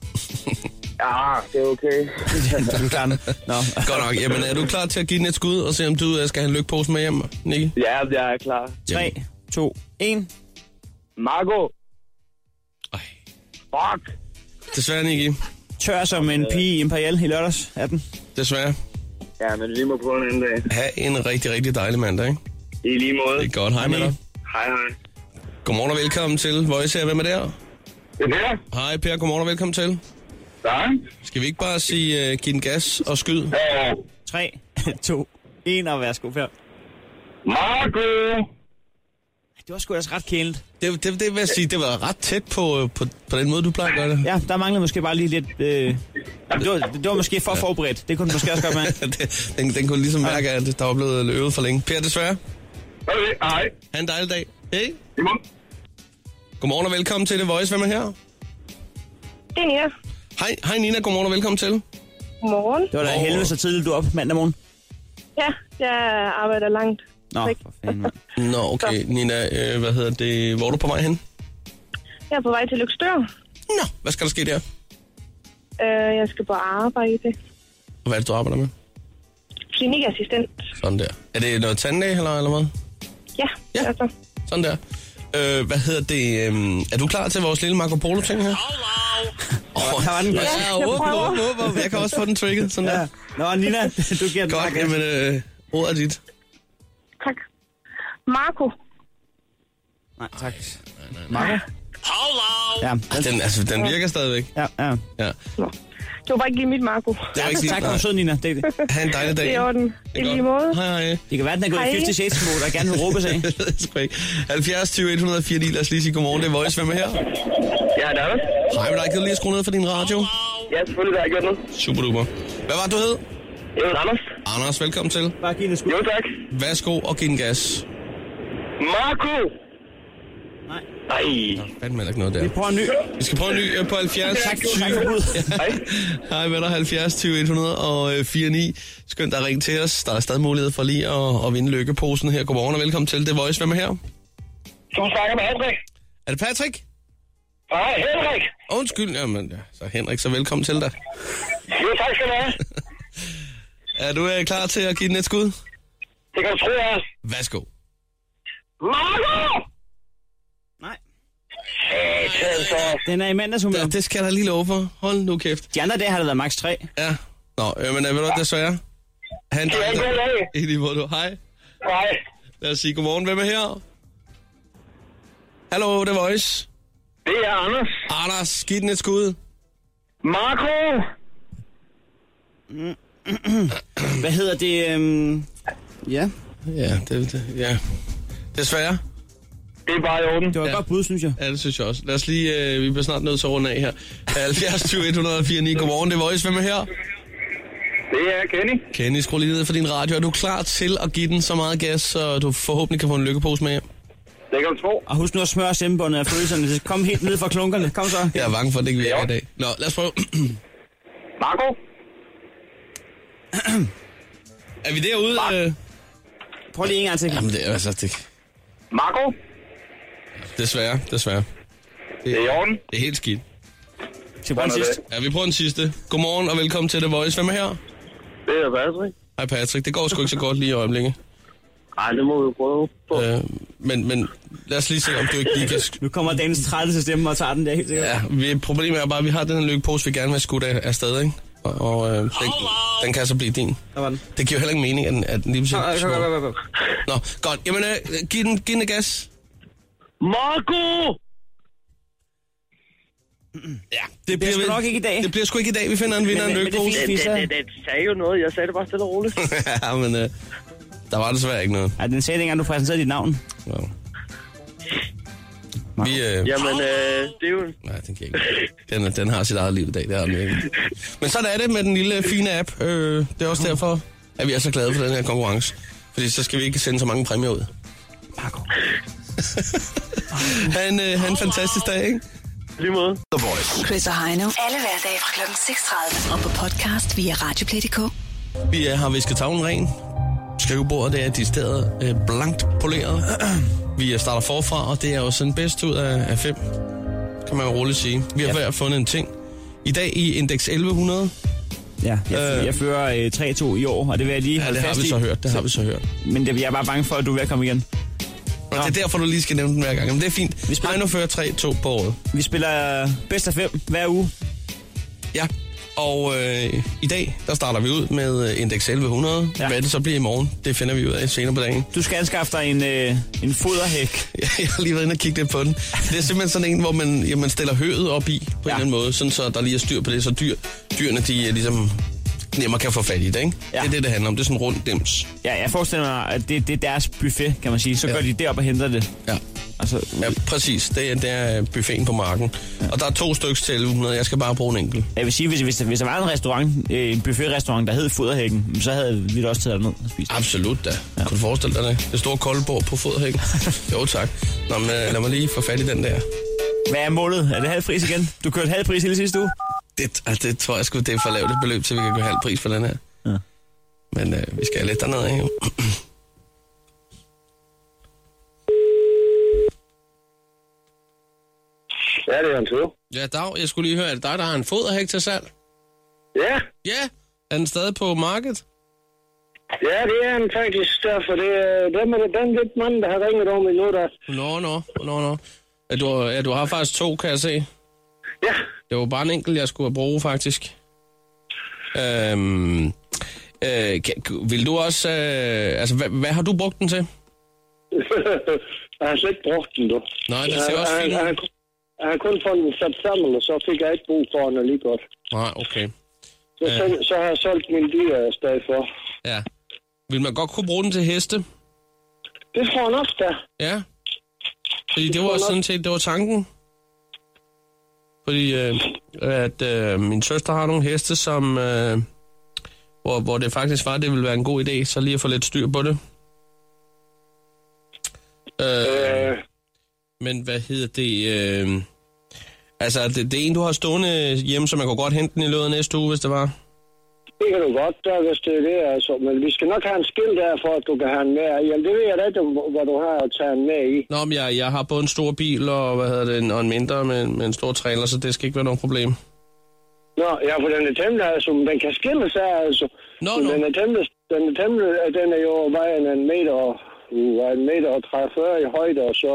[SPEAKER 5] Ja, det er okay.
[SPEAKER 4] Så du klarer den. Nå.
[SPEAKER 3] Godt nok. Jamen, er du klar til at give den et skud og se, om du øh, skal have en lykpose med hjem, Nicky?
[SPEAKER 5] Ja, jeg er klar.
[SPEAKER 4] 3, 2, 1.
[SPEAKER 5] Marco,
[SPEAKER 3] Ej.
[SPEAKER 5] fuck!
[SPEAKER 3] Desværre, Nicky.
[SPEAKER 4] Tør som en pige i Imperial i lørdags er den.
[SPEAKER 3] Desværre.
[SPEAKER 5] Ja, men vi må prøve en anden dag.
[SPEAKER 3] Ha' en rigtig, rigtig dejlig mandag, ikke?
[SPEAKER 5] I lige måde.
[SPEAKER 3] Det er godt. Hej med dig.
[SPEAKER 5] Hej, hej.
[SPEAKER 3] Godmorgen og velkommen til Voice her. Hvem er der?
[SPEAKER 5] Det er det.
[SPEAKER 3] Hej, Per. Godmorgen og velkommen til.
[SPEAKER 5] Tak.
[SPEAKER 3] Skal vi ikke bare sige, uh, giv den gas og skyd?
[SPEAKER 4] 3, 2, 1, og værsgo, Per.
[SPEAKER 5] Marco!
[SPEAKER 4] Det var sgu ellers ret kælet.
[SPEAKER 3] Det, det, det vil jeg sige, det var ret tæt på, øh, på, på den måde, du plejer at gøre det.
[SPEAKER 4] Ja, der manglede måske bare lige lidt... Øh, jamen, det, var, det var måske for forberedt. Det kunne du måske også godt med.
[SPEAKER 3] Det- den, den kunne ligesom mærke, at der var blevet øvet for længe. Per, desværre.
[SPEAKER 6] Okay, hej.
[SPEAKER 3] Ha' en dejlig dag. Hej.
[SPEAKER 6] Simon.
[SPEAKER 3] Godmorgen og velkommen til The Voice. Hvem er her?
[SPEAKER 7] Det er Nina.
[SPEAKER 3] Hej, hej Nina. Godmorgen og velkommen til.
[SPEAKER 7] Godmorgen.
[SPEAKER 4] Det var da helvede så tidligt, du er op mandag morgen.
[SPEAKER 7] Ja, jeg arbejder langt.
[SPEAKER 4] Nå,
[SPEAKER 7] Ikke?
[SPEAKER 4] for fanden, mand.
[SPEAKER 3] Nå, okay. Nina, øh, hvad hedder det? Hvor er du på vej hen?
[SPEAKER 7] Jeg er på vej til Lykstør.
[SPEAKER 3] Nå, hvad skal der ske der?
[SPEAKER 7] Øh, jeg skal på arbejde.
[SPEAKER 3] Og hvad er det, du arbejder med?
[SPEAKER 7] Klinikassistent.
[SPEAKER 3] Sådan der. Er det noget tandlæge eller, eller hvad?
[SPEAKER 7] Ja,
[SPEAKER 3] Ja.
[SPEAKER 7] altså.
[SPEAKER 3] Sådan der. Øh, hvad hedder det? Øh, er du klar til vores lille Marco Polo-ting her? Åh,
[SPEAKER 4] Der var den.
[SPEAKER 3] Ja, ja, åb, åb, åb, åb. Jeg kan også få den trigget. Sådan
[SPEAKER 4] Ja.
[SPEAKER 3] der.
[SPEAKER 4] Nå, Nina, du giver den
[SPEAKER 3] Godt,
[SPEAKER 4] bare gas.
[SPEAKER 3] jamen, øh, ordet er dit.
[SPEAKER 7] Tak. Marco.
[SPEAKER 4] Nej, tak. Marco? Ja,
[SPEAKER 3] Ej, Den, altså, den virker stadigvæk.
[SPEAKER 4] ja, ja.
[SPEAKER 3] Ja.
[SPEAKER 7] Nå. Det var bare ikke lige mit Marco.
[SPEAKER 3] Det var
[SPEAKER 4] Tak,
[SPEAKER 3] ikke lige,
[SPEAKER 4] du er
[SPEAKER 3] nej.
[SPEAKER 4] sød, Nina. Det,
[SPEAKER 3] Ha' en dejlig dag.
[SPEAKER 7] Det er i orden.
[SPEAKER 3] Det
[SPEAKER 7] I
[SPEAKER 3] er godt.
[SPEAKER 7] lige måde.
[SPEAKER 3] Hej, hej.
[SPEAKER 4] det kan være, den er gået i
[SPEAKER 7] Hej.
[SPEAKER 4] 50 Shades mode og gerne vil råbe sig af.
[SPEAKER 3] Det ved jeg sgu ikke. 70 20 104 9. Lad os lige sige godmorgen. Det er Voice. Hvem er her?
[SPEAKER 6] Ja, det er det.
[SPEAKER 3] Hej med dig. Kan du lige skrue ned for din radio?
[SPEAKER 6] Ja, selvfølgelig, der har jeg gjort noget.
[SPEAKER 3] Super duper. Hvad var det, du hed?
[SPEAKER 6] Jeg hedder Anders.
[SPEAKER 3] Anders, velkommen til.
[SPEAKER 4] Bare giv en skud.
[SPEAKER 6] Jo, tak.
[SPEAKER 3] Værsgo og giv en gas.
[SPEAKER 6] Marco!
[SPEAKER 4] Nej.
[SPEAKER 6] Ej.
[SPEAKER 3] Fanden heller ikke noget der.
[SPEAKER 4] Vi prøver en ny.
[SPEAKER 3] Vi skal prøve en ny øh, på 70
[SPEAKER 4] Tak,
[SPEAKER 3] 20.
[SPEAKER 4] tak for bud.
[SPEAKER 6] Hej.
[SPEAKER 3] Hej med dig, 70 20 104 9. Skønt at ringe til os. Der er stadig mulighed for lige at, at vinde lykkeposen her. Godmorgen og velkommen til. Det er Voice. Hvem er her?
[SPEAKER 6] Du snakker med Henrik.
[SPEAKER 3] Er det Patrick?
[SPEAKER 6] Nej, Henrik.
[SPEAKER 3] Undskyld, jamen, ja. så Henrik, så velkommen til dig.
[SPEAKER 6] Jo, tak skal du have.
[SPEAKER 3] Er du øh, klar til at give den et skud?
[SPEAKER 6] Det kan du tro, jeg er.
[SPEAKER 3] Værsgo.
[SPEAKER 6] Marco!
[SPEAKER 4] Nej.
[SPEAKER 6] Satan, så.
[SPEAKER 4] Den er i mandags, hun
[SPEAKER 3] Ja, det skal jeg da lige love for. Hold nu kæft.
[SPEAKER 4] De andre dage har det været maks 3.
[SPEAKER 3] Ja. Nå, øh, men øh, ved du hvad, desværre? Han
[SPEAKER 6] Det er ikke noget af.
[SPEAKER 3] I lige måde, du. Hej.
[SPEAKER 6] Nej.
[SPEAKER 3] Lad os sige godmorgen. Hvem er her? Hallo, The Voice.
[SPEAKER 6] Det er Anders.
[SPEAKER 3] Anders, giv den et skud.
[SPEAKER 6] Marco!
[SPEAKER 4] Hvad hedder det? Øhm... Ja,
[SPEAKER 3] Ja, det, det ja. Desværre.
[SPEAKER 6] Det er bare i orden.
[SPEAKER 4] det var et
[SPEAKER 3] Ja.
[SPEAKER 4] godt bud, synes jeg.
[SPEAKER 3] Ja, det synes jeg også. Lad os lige, øh, vi bliver snart nødt til at runde af her. 70 20 104 9. Godmorgen, The Voice. Hvem er her?
[SPEAKER 6] Det er Kenny.
[SPEAKER 3] Kenny, skru lige ned for din radio. Er du klar til at give den så meget gas, så du forhåbentlig kan få en lykkepose med hjem?
[SPEAKER 6] Det kan du tro.
[SPEAKER 4] Og husk nu at smøre stemmebåndet af følelserne. Det Kom helt ned fra klunkerne. Kom så.
[SPEAKER 3] Jeg er bange for, at det ikke virker i dag. Nå, lad os prøve.
[SPEAKER 6] Marco!
[SPEAKER 3] er vi derude? Øh?
[SPEAKER 4] Prøv lige en gang til.
[SPEAKER 3] Jamen, det er altså... Det,
[SPEAKER 6] Marco!
[SPEAKER 3] desværre, desværre.
[SPEAKER 6] Det er i orden.
[SPEAKER 3] Det er helt skidt.
[SPEAKER 4] Til prøv en sidst.
[SPEAKER 3] Ja, vi prøver en sidste. Godmorgen og velkommen til The Voice. Hvem er her?
[SPEAKER 5] Det er Patrick.
[SPEAKER 3] Hej Patrick. Det går sgu ikke så godt lige i øjeblikket.
[SPEAKER 5] Ej, det må vi prøve på.
[SPEAKER 3] Øh, men, men lad os lige se, om du ikke lige kan... sk-
[SPEAKER 4] Nu kommer dagens 30 stemme og tager den der helt sikkert.
[SPEAKER 3] Ja, vi, problemet er bare, at vi har den her lykkepose, vi gerne vil have skudt af, afsted, ikke? Og, og øh, den, den, kan så blive din.
[SPEAKER 4] Der var den.
[SPEAKER 3] Det giver jo heller ikke mening, at den, at den lige
[SPEAKER 4] Kom,
[SPEAKER 3] pludselig...
[SPEAKER 4] kom, kom, kom, kom.
[SPEAKER 3] Nå, godt. Jamen, øh, giv den, giv den et gas.
[SPEAKER 5] Marco!
[SPEAKER 3] Ja, det
[SPEAKER 4] Det er
[SPEAKER 3] bliver,
[SPEAKER 4] sgu
[SPEAKER 3] vel-
[SPEAKER 4] nok ikke i dag.
[SPEAKER 3] Det bliver sgu ikke i dag, vi finder en vinder af en
[SPEAKER 4] Men- men det er
[SPEAKER 3] lykkepose.
[SPEAKER 4] fint. Fisser.
[SPEAKER 5] det sagde jo noget. Jeg sagde det bare stille og roligt.
[SPEAKER 3] ja, men øh, der var desværre ikke noget.
[SPEAKER 4] Ej, den sagde dengang, du præsenterede dit navn.
[SPEAKER 3] Nå. Vi, øh,
[SPEAKER 5] Jamen, øh, det er jo...
[SPEAKER 3] Nej, den kan jeg ikke. Den, den har sit eget liv i dag, det har den ikke. Men sådan er det med den lille fine app. Øh, det er
[SPEAKER 4] Mhm.
[SPEAKER 3] også derfor, at vi er så glade for den her konkurrence. Fordi så skal vi ikke sende så mange præmier ud.
[SPEAKER 4] Marco.
[SPEAKER 3] Han, øh, han en fantastisk dag, ikke?
[SPEAKER 5] Lige måde.
[SPEAKER 2] Chris og Heino. Alle hverdage fra kl. 6.30. Og på podcast via Radioplay.dk.
[SPEAKER 3] Vi øh, har visket tavlen ren. Skrivebordet det er distilleret øh, blankt poleret. Vi øh, starter forfra, og det er jo sådan bedst ud af, af fem, kan man jo roligt sige. Vi har ja. hver fundet en ting. I dag i indeks 1100.
[SPEAKER 4] Ja, jeg,
[SPEAKER 3] Øh.
[SPEAKER 4] jeg fører øh, 3-2 i år, og det vil jeg lige
[SPEAKER 3] Ja,
[SPEAKER 4] holde
[SPEAKER 3] det har
[SPEAKER 4] fast
[SPEAKER 3] vi
[SPEAKER 4] i.
[SPEAKER 3] så hørt. Det har vi så hørt.
[SPEAKER 4] Men det, jeg er bare bange for, at du er ved at komme igen.
[SPEAKER 3] Og det er derfor, du lige skal nævne den hver gang. Men det er fint. Vi
[SPEAKER 4] spiller-
[SPEAKER 3] spiller nu fører 3-2 på året.
[SPEAKER 4] Vi spiller øh, bedst af fem hver uge.
[SPEAKER 3] Ja, og øh, i dag, der starter vi ud med øh, indeks 1100. Ja.
[SPEAKER 4] Ja.
[SPEAKER 3] Hvad det så bliver i morgen, det finder vi ud af senere på dagen.
[SPEAKER 4] Du skal anskaffe dig en, øh, en foderhæk.
[SPEAKER 3] Jeg har lige været inde og kigge lidt på den. Det er simpelthen sådan en, hvor man, ja, man stiller høet op i, på ja. en
[SPEAKER 4] Ja.
[SPEAKER 3] eller anden måde, sådan så der lige er styr på det, så dyr, dyrene de øh, ligesom nemmere kan få fat i det, ikke?
[SPEAKER 4] Ja.
[SPEAKER 3] Det er det, det handler om. Det er sådan rundt dims.
[SPEAKER 4] Ja, jeg forestiller mig, at det, det er deres buffet, kan man sige. Så
[SPEAKER 3] Ja.
[SPEAKER 4] ja. går de derop og henter det.
[SPEAKER 3] Ja.
[SPEAKER 4] Altså,
[SPEAKER 3] Ja, præcis. Det er, det er buffeten på marken. Og der er to stykker til 1100. Jeg skal bare bruge en enkelt.
[SPEAKER 4] jeg vil sige, hvis, hvis, hvis der var en restaurant, øh, en buffetrestaurant, der hed Foderhækken, så havde vi da også taget ned og spist.
[SPEAKER 3] Absolut da. Ja. Kunne du forestille dig det? Det store koldbord på fodhækken. jo tak. Nå, men øh, lad mig lige få fat i den der.
[SPEAKER 4] Hvad er målet? Er det halv pris igen? Du kørte halv pris hele sidste uge.
[SPEAKER 3] Det, ah, det tror jeg sgu, det er for lavt et beløb, til vi kan gå halv pris for den her.
[SPEAKER 4] Ja.
[SPEAKER 3] Men øh, vi skal lidt derned, ikke?
[SPEAKER 6] Ja, det er en tur.
[SPEAKER 3] Ja, Dag, jeg skulle lige høre, er det dig, der har en foderhæk til salg?
[SPEAKER 6] Ja,
[SPEAKER 3] Ja, er den stadig på markedet?
[SPEAKER 6] ja, det er en faktisk der, for det er dem er det den lidt mand, der har ringet om endnu, der...
[SPEAKER 3] Nå, nå, nå, nå. Ja, du, har- ja, du har faktisk to, kan jeg se.
[SPEAKER 6] Ja,
[SPEAKER 3] Det var bare en enkelt, jeg skulle bruge, faktisk. Øhm, øh, kan, vil du også... Øh, altså, hvad, hvad har du brugt den til?
[SPEAKER 6] jeg har slet ikke brugt den, du.
[SPEAKER 3] Nej, det ser
[SPEAKER 6] Jeg-
[SPEAKER 3] også
[SPEAKER 6] jeg-
[SPEAKER 3] fint ud.
[SPEAKER 6] jeg- Jeg har kun fået den sat sammen, og så fik jeg ikke brug for den alligevel.
[SPEAKER 3] Nej, okay.
[SPEAKER 6] Så,
[SPEAKER 3] Ja.
[SPEAKER 6] så, så har jeg solgt min dyr i stedet for.
[SPEAKER 3] Ja. Vil man godt kunne bruge den til heste?
[SPEAKER 6] Det tror jeg nok, da.
[SPEAKER 3] Ja. Fordi det var sådan set, det var tanken. Fordi øh, at øh, min søster har nogle heste, som... Øh, hvor, hvor det faktisk var, det ville være en god idé, så lige at få lidt styr på det. Øh,
[SPEAKER 6] Øh,
[SPEAKER 3] men hvad hedder det? Øh, altså, det, det er en, du har stående hjemme, så man kunne godt hente den i løbet af næste uge, hvis det var.
[SPEAKER 6] det kan du godt gøre, hvis det er det, altså. Men vi skal nok have en skilt der, for at du kan have den med. Jamen, det ved jeg da ikke, hvor- hvor du har at tage den med i.
[SPEAKER 3] Nå, men jeg, jeg har både en stor bil og, hvad hedder det, en, og en mindre med, med en stor trailer, så det skal ikke være noget problem.
[SPEAKER 6] Nå, ja, for den er temmelig, altså. men Den kan skilles af, altså.
[SPEAKER 3] Nå,
[SPEAKER 6] Men
[SPEAKER 3] nå.
[SPEAKER 6] Den er temmelig, den er temmelig, at den er jo vejen en meter, og- uh, en meter og 30 i højde, og så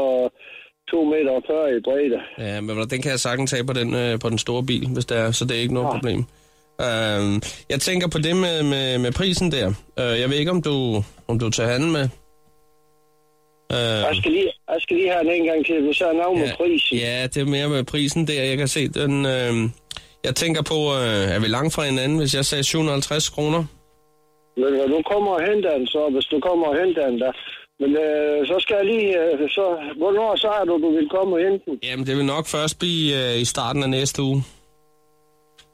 [SPEAKER 6] 2 meter og 40 i bredde.
[SPEAKER 3] Ja, Øh, men den kan jeg sagtens tage på den, øh, på den store bil, hvis det er, så det er ikke noget ja. problem. Øh, jeg tænker på det med, med, med prisen der. Øh, jeg ved ikke, om du, om du tager handel med.
[SPEAKER 6] Jeg
[SPEAKER 3] Øh,
[SPEAKER 6] skal lige, jeg skal lige have den en gang til, for så er navn med prisen.
[SPEAKER 3] ja, det er mere med prisen der. Jeg kan se den... Øh, jeg tænker på, øh, er vi langt fra hinanden, hvis jeg sagde 750 kroner?
[SPEAKER 6] Ved øh, du hvad, du kommer og henter den så, hvis du kommer og henter den der. Men øh, så skal jeg lige, øh, så, hvornår så er du, du vil komme og hente den?
[SPEAKER 3] Jamen, det vil nok først blive øh, i starten af næste uge.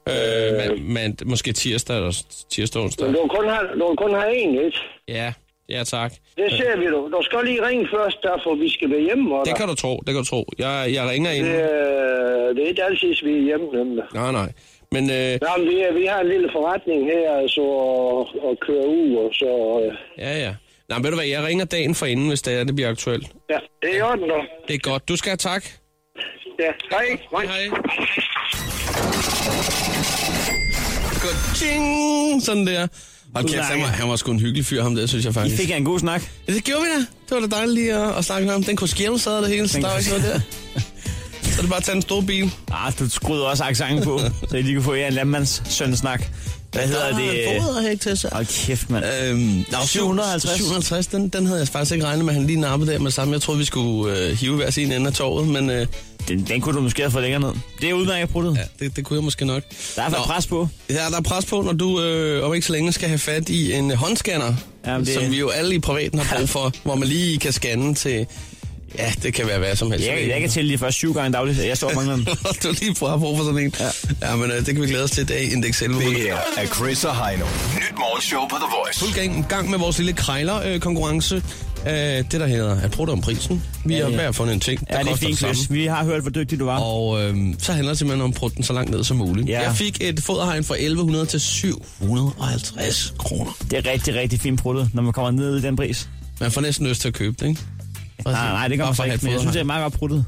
[SPEAKER 3] Øh, men, men måske tirsdag eller tirsdag
[SPEAKER 6] Men
[SPEAKER 3] onsdag.
[SPEAKER 6] du kan kun have, du kan kun have en, ikke?
[SPEAKER 3] Ja, ja tak.
[SPEAKER 6] Det ser vi du. Du skal lige ringe først, derfor vi skal være hjemme. Og
[SPEAKER 3] Det kan du tro, det kan du tro. Jeg, jeg ringer ind.
[SPEAKER 6] det, øh, det er ikke altid, vi er hjemme. Nemlig.
[SPEAKER 3] Nej, nej. Men øh,
[SPEAKER 6] Nå, men vi, vi har en lille forretning her, altså, og, og kører ud, og så... Øh,
[SPEAKER 3] ja, ja. Nej, men ved du hvad, jeg ringer dagen for inden, hvis det er, det bliver aktuelt.
[SPEAKER 6] ja, det er i orden, du.
[SPEAKER 3] Det er godt. Du skal have tak.
[SPEAKER 6] Ja, hej.
[SPEAKER 3] Hej, hej. Godt ting, sådan der. Hold kæft, han var, han var sgu en hyggelig fyr, ham der, synes jeg
[SPEAKER 4] I
[SPEAKER 3] faktisk.
[SPEAKER 4] fik jer en god snak.
[SPEAKER 3] Ja, det gjorde vi da. Det var da dejligt lige at, at snakke med ham. Den kunne skjerne sad det hele, så
[SPEAKER 4] Den
[SPEAKER 3] der var ikke
[SPEAKER 4] kunne-
[SPEAKER 3] noget der. Så er det bare at tage en stor bil.
[SPEAKER 4] Ah, du skruede også accenten på, så I lige kunne få jer en landmands sønnesnak. Hvad hedder det?
[SPEAKER 3] Der er en til sig.
[SPEAKER 4] Hold kæft, mand.
[SPEAKER 3] Øhm, nå,
[SPEAKER 4] 750.
[SPEAKER 3] 750, den, den havde jeg faktisk ikke regnet med, han lige nappede der med sammen. Jeg troede, vi skulle øh, hive hver sin ende af torvet, men øh,
[SPEAKER 4] Den, den kunne du måske have fået længere ned. Det er udmærket brudt.
[SPEAKER 3] ja, det, det kunne jeg måske nok.
[SPEAKER 4] Der er
[SPEAKER 3] Nå.
[SPEAKER 4] for pres på.
[SPEAKER 3] Ja, der er pres på, når du øh, om ikke så længe skal have fat i en øh, håndscanner,
[SPEAKER 4] Jamen,
[SPEAKER 3] det...
[SPEAKER 4] det-
[SPEAKER 3] som vi jo alle i privaten har brug for, hvor man lige kan scanne til, ja, det kan være hvad som helst.
[SPEAKER 4] Jeg, jeg kan tælle de første syv gange dagligt. Jeg står og mangler den.
[SPEAKER 3] du lige prøver at bruge for sådan en. Ja, ja men øh, det kan vi glæde os til i dag, Index 11.
[SPEAKER 8] Det her er Chris og Heino. Nyt morgenshow på The Voice.
[SPEAKER 3] Fuld gang, gang med vores lille krejler-konkurrence. Øh, det, der hedder at prøve om prisen. Vi har
[SPEAKER 4] ja.
[SPEAKER 3] hver fundet en ting, der
[SPEAKER 4] Ja, det er
[SPEAKER 3] koster
[SPEAKER 4] fint,
[SPEAKER 3] det samme.
[SPEAKER 4] Chris. Vi har hørt, hvor dygtig du var.
[SPEAKER 3] Og øh, så handler det simpelthen om at prutte den så langt ned som muligt.
[SPEAKER 4] Ja.
[SPEAKER 3] Jeg fik et foderhegn fra 1100 til 750 kroner.
[SPEAKER 4] Det er rigtig, rigtig fint bruttet, når man kommer ned i den pris.
[SPEAKER 3] Man får næsten lyst til at købe det, ikke?
[SPEAKER 4] Nej, nej, det kommer
[SPEAKER 3] Hvorfor
[SPEAKER 4] man ikke,
[SPEAKER 3] have et
[SPEAKER 4] men jeg synes, det er
[SPEAKER 3] foderhegn?
[SPEAKER 4] meget godt bruttet.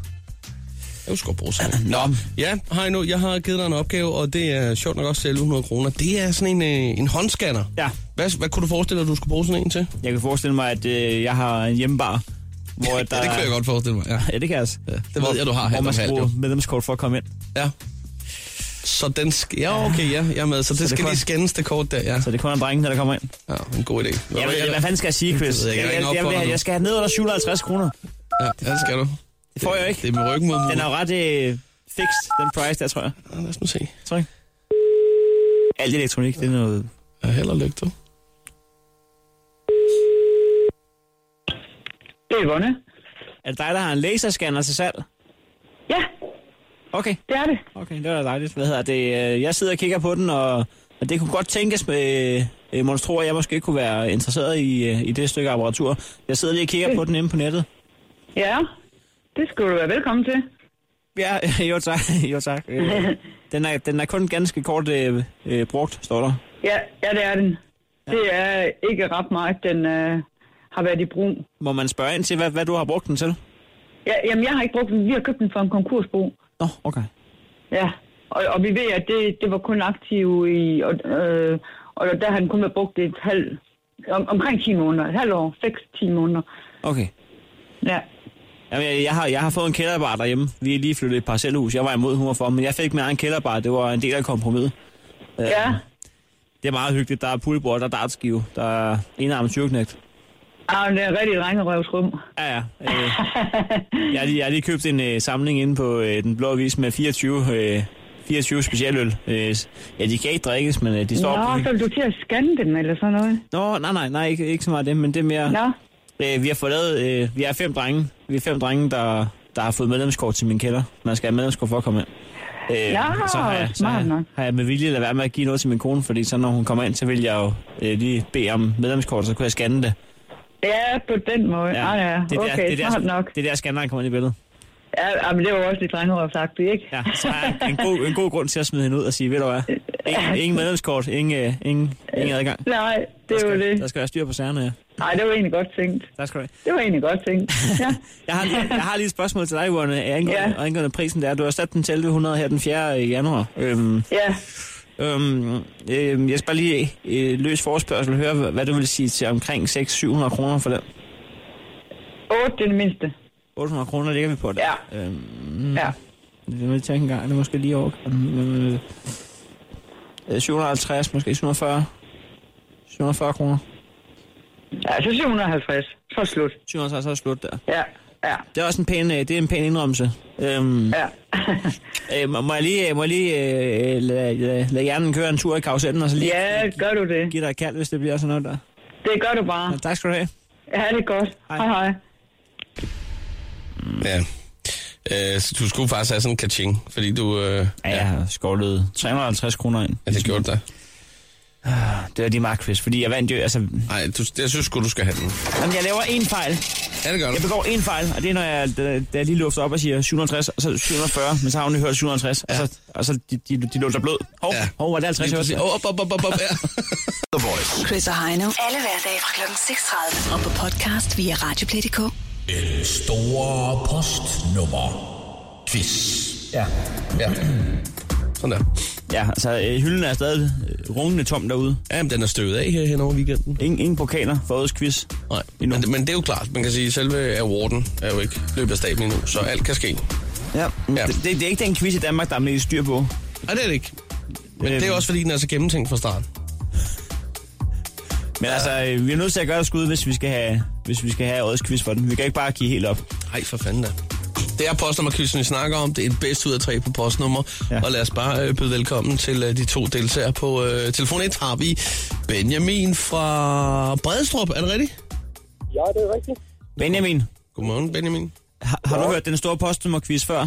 [SPEAKER 3] Jeg skulle bruge sådan en. Nå, ja, hej nu. Jeg har givet dig en opgave, og det er sjovt nok også til 1100 kroner. Det er sådan en, øh, en håndscanner.
[SPEAKER 4] Ja.
[SPEAKER 3] Hvad, hvad kunne du forestille dig, du skulle bruge sådan en til?
[SPEAKER 4] Jeg kan forestille mig, at øh, jeg har en hjemmebar, hvor at der
[SPEAKER 3] ja, det kunne jeg godt forestille mig, ja.
[SPEAKER 4] Ja, det kan jeg altså. Ja,
[SPEAKER 3] det ved jeg, du har halvt
[SPEAKER 4] Hvor man
[SPEAKER 3] om
[SPEAKER 4] skal
[SPEAKER 3] halvt,
[SPEAKER 4] bruge medlemskort for at komme ind.
[SPEAKER 3] ja. Så den sk- Ja, okay, ja, jeg er med. Så det,
[SPEAKER 4] det
[SPEAKER 3] skal
[SPEAKER 4] kunne-
[SPEAKER 3] lige scannes, det kort der, ja.
[SPEAKER 4] Så det er kun en drenge, der kommer ind.
[SPEAKER 3] ja en god idé. Hvad
[SPEAKER 4] Jeg
[SPEAKER 3] var
[SPEAKER 4] ved,
[SPEAKER 3] det,
[SPEAKER 4] hvad fanden skal jeg sige, Chris?
[SPEAKER 3] Det ved jeg
[SPEAKER 4] Jeg,
[SPEAKER 3] ikke. Jeg
[SPEAKER 4] jeg,
[SPEAKER 3] ringer
[SPEAKER 4] jeg,
[SPEAKER 3] op for
[SPEAKER 4] jeg,
[SPEAKER 3] dig.
[SPEAKER 4] jeg skal have ned under 57 kroner.
[SPEAKER 3] Ja, ja, det skal du.
[SPEAKER 4] Det får jeg ikke.
[SPEAKER 3] Det er med ryggen mod
[SPEAKER 4] Den
[SPEAKER 3] muren.
[SPEAKER 4] er jo ret øh, fixed, den price der, tror jeg.
[SPEAKER 3] Lad os nu se.
[SPEAKER 4] Tror jeg. Alt elektronik, det er noget
[SPEAKER 3] Ja, held og lykke, du.
[SPEAKER 9] Det er Yvonne.
[SPEAKER 4] Er det dig, der har en laserscanner til salg?
[SPEAKER 9] Ja,
[SPEAKER 4] Okay,
[SPEAKER 9] det er det.
[SPEAKER 4] okay, det var da dejligt. Hvad hedder det? øh, Jeg sidder og kigger på den, og, og det kunne godt tænkes med øh, Måns tror, at jeg måske kunne være interesseret i, øh, i det stykke apparatur. Jeg sidder lige og kigger på den inde på nettet.
[SPEAKER 9] Ja, det skulle du være velkommen til.
[SPEAKER 4] Ja, jo tak. Jo, tak. Øh, Den er, den er kun ganske kort øh, øh, brugt, står der.
[SPEAKER 9] Ja, ja det er den. Ja. Det er ikke ret meget, den øh, har været i brug.
[SPEAKER 4] Må man spørge ind til, hvad, hvad du har brugt den til?
[SPEAKER 9] Ja, jamen, jeg har ikke brugt den. Vi har købt den fra en konkursbo.
[SPEAKER 4] Nå, okay.
[SPEAKER 9] Ja, og, og vi ved, at det, det var kun aktiv i... Og, øh, og der har den kun været brugt et halvt... Om, omkring 10 måneder. Et halvt år. 6-10 måneder.
[SPEAKER 4] Okay.
[SPEAKER 9] Ja.
[SPEAKER 4] Jamen, jeg, jeg, har, jeg har fået en kælderbar derhjemme. Vi er lige flyttet i et parcelhus. Jeg var imod, hun var for, men jeg fik min egen kælderbar. Det var en del af kompromiset.
[SPEAKER 9] Ja.
[SPEAKER 4] Det er meget hyggeligt. Der er poolbord, der er dartskive, der er enarmet tyrknægt.
[SPEAKER 9] Ah, men det er rigtig et rengerøvsrum.
[SPEAKER 4] Ja, ja. Øh, jeg, har lige, jeg har lige købt en øh, samling inde på øh, Den Blå Avis med 24, øh, 24 specialøl. Øh, ja, de kan ikke drikkes, men øh, de står...
[SPEAKER 9] Nå,
[SPEAKER 4] på-
[SPEAKER 9] så vil du til at scanne dem eller sådan noget.
[SPEAKER 4] Nå, nej, nej, nej, ikke, ikke så meget det, men det er mere...
[SPEAKER 9] Nå,
[SPEAKER 4] Øh, vi har fået lavet, øh, vi er fem drenge, vi er fem drenge, der, der har fået medlemskort til min kælder. Man skal have medlemskort for at komme ind. Øh,
[SPEAKER 9] Nå,
[SPEAKER 4] så har jeg, så
[SPEAKER 9] smart
[SPEAKER 4] har, jeg-
[SPEAKER 9] nok.
[SPEAKER 4] har jeg med vilje lavet være med at give noget til min kone, fordi så når hun kommer ind, så vil jeg jo øh, lige bede om medlemskort, så kunne jeg scanne det.
[SPEAKER 9] ja, på den måde. Ja, ah, ja.
[SPEAKER 4] det er
[SPEAKER 9] okay,
[SPEAKER 4] det er
[SPEAKER 9] smart
[SPEAKER 4] der,
[SPEAKER 9] nok.
[SPEAKER 4] Det er der, scanneren kommer ind i billedet.
[SPEAKER 9] Ja, ah, men det var også lidt rengerøvsagtigt, ikke?
[SPEAKER 4] Ja, så har jeg en god, en god grund til at smide hende ud og sige, ved du hvad, ingen, ingen medlemskort, ingen, øh, ingen, ingen adgang.
[SPEAKER 9] Nej, det var
[SPEAKER 4] Der
[SPEAKER 9] det.
[SPEAKER 4] skal være styr på sagerne, ja.
[SPEAKER 9] Nej, det var egentlig godt tænkt.
[SPEAKER 4] Tak skal du have.
[SPEAKER 9] Det var egentlig godt tænkt. Ja.
[SPEAKER 4] Jeg har, lige, jeg har lige et spørgsmål til dig, Yvonne, angående,
[SPEAKER 9] Ja.
[SPEAKER 4] ja. angående prisen der. Du har sat den til 1100 her den 4. januar. Øhm,
[SPEAKER 9] ja.
[SPEAKER 4] øhm, øhm, jeg skal bare lige øh, løs forspørgsel og høre, hvad- hvad du vil sige til omkring 600-700 kroner for den.
[SPEAKER 9] 8, det er det mindste.
[SPEAKER 4] 800 kroner ligger vi på det.
[SPEAKER 9] Ja.
[SPEAKER 4] Øhm,
[SPEAKER 9] Ja.
[SPEAKER 4] Det må jeg tænke engang, det er måske lige over. øhm, Øh, 750, måske 740. 740 kroner.
[SPEAKER 9] Ja, så 750. Så slut.
[SPEAKER 4] 750 så er det slut der.
[SPEAKER 9] Ja, ja,
[SPEAKER 4] Det er også en pæn, øh, det er en pæn indrømmelse. Øhm,
[SPEAKER 9] ja.
[SPEAKER 4] Øh, må må jeg lige, må jeg lige øh, lade, lade, lade hjernen køre en tur i karusellen, og så lige
[SPEAKER 9] ja, gør du det.
[SPEAKER 4] give dig et kald, hvis det bliver sådan noget der.
[SPEAKER 9] Det gør du bare.
[SPEAKER 4] Ja, tak skal du have.
[SPEAKER 9] Ja, det er godt.
[SPEAKER 4] Hej.
[SPEAKER 9] Hej, hej.
[SPEAKER 3] Ja. Øh, så du skulle faktisk have sådan en kaching, fordi du... Øh,
[SPEAKER 4] Ja, jeg har skovlet 350 kroner ind.
[SPEAKER 3] ja, det gjorde dig.
[SPEAKER 4] Det var de magtquiz, fordi jeg vandt jo, altså...
[SPEAKER 3] Nej, du, jeg synes sgu, du skal have den.
[SPEAKER 4] Jamen, jeg laver en fejl.
[SPEAKER 3] Ja, det gør du.
[SPEAKER 4] Jeg begår en fejl, og det er, når jeg, da, da jeg lige lufter op og siger 750, og så 740, men så har hun lige hørt 750, ja. og så, og så de, de, de lufter blod. Hov,
[SPEAKER 3] Ja.
[SPEAKER 4] ja. hov, var det 50
[SPEAKER 3] Lige
[SPEAKER 4] også?
[SPEAKER 3] præcis. Op, op, op, op, op, ja.
[SPEAKER 8] The Voice.
[SPEAKER 2] Chris og Heino. Alle hverdage fra kl. 6.30. Og på podcast via Radioplay.dk.
[SPEAKER 10] Den store postnummer. Quiz.
[SPEAKER 3] Ja. ja. Sådan der.
[SPEAKER 4] Ja, altså øh, hylden er stadig øh, rungende tom derude.
[SPEAKER 3] Jamen, den er støvet af her hen over weekenden.
[SPEAKER 4] Ingen, ingen pokaler for årets quiz.
[SPEAKER 3] Nej,
[SPEAKER 4] Endnu.
[SPEAKER 3] men, men det er jo klart. Man kan sige, at selve awarden er jo ikke løbet af staben endnu, så alt kan ske.
[SPEAKER 4] Ja,
[SPEAKER 3] Ja.
[SPEAKER 4] ja. Det, det, er ikke den quiz i Danmark, der er mest styr på.
[SPEAKER 3] Nej, det er det ikke. Men det er
[SPEAKER 4] Øhm.
[SPEAKER 3] også, fordi den er så gennemtænkt fra starten.
[SPEAKER 4] Men altså, øh, vi er nødt til at gøre et skud, hvis vi skal have, hvis vi skal have årets quiz for den. Vi kan ikke bare give helt op.
[SPEAKER 3] Nej, for fanden da. Det er postnummerkvidsen, vi snakker om. Det er et bedst ud af tre på postnummer. Ja.
[SPEAKER 4] Ja.
[SPEAKER 3] Og lad os bare øh, byde velkommen til øh, de to deltagere på øh, telefon 1. Har vi Benjamin fra Bredstrup. Er det rigtigt?
[SPEAKER 5] Ja, det er rigtigt.
[SPEAKER 4] Benjamin,
[SPEAKER 3] Godmorgen, Benjamin.
[SPEAKER 4] har, har du hørt den store postnummerquiz før?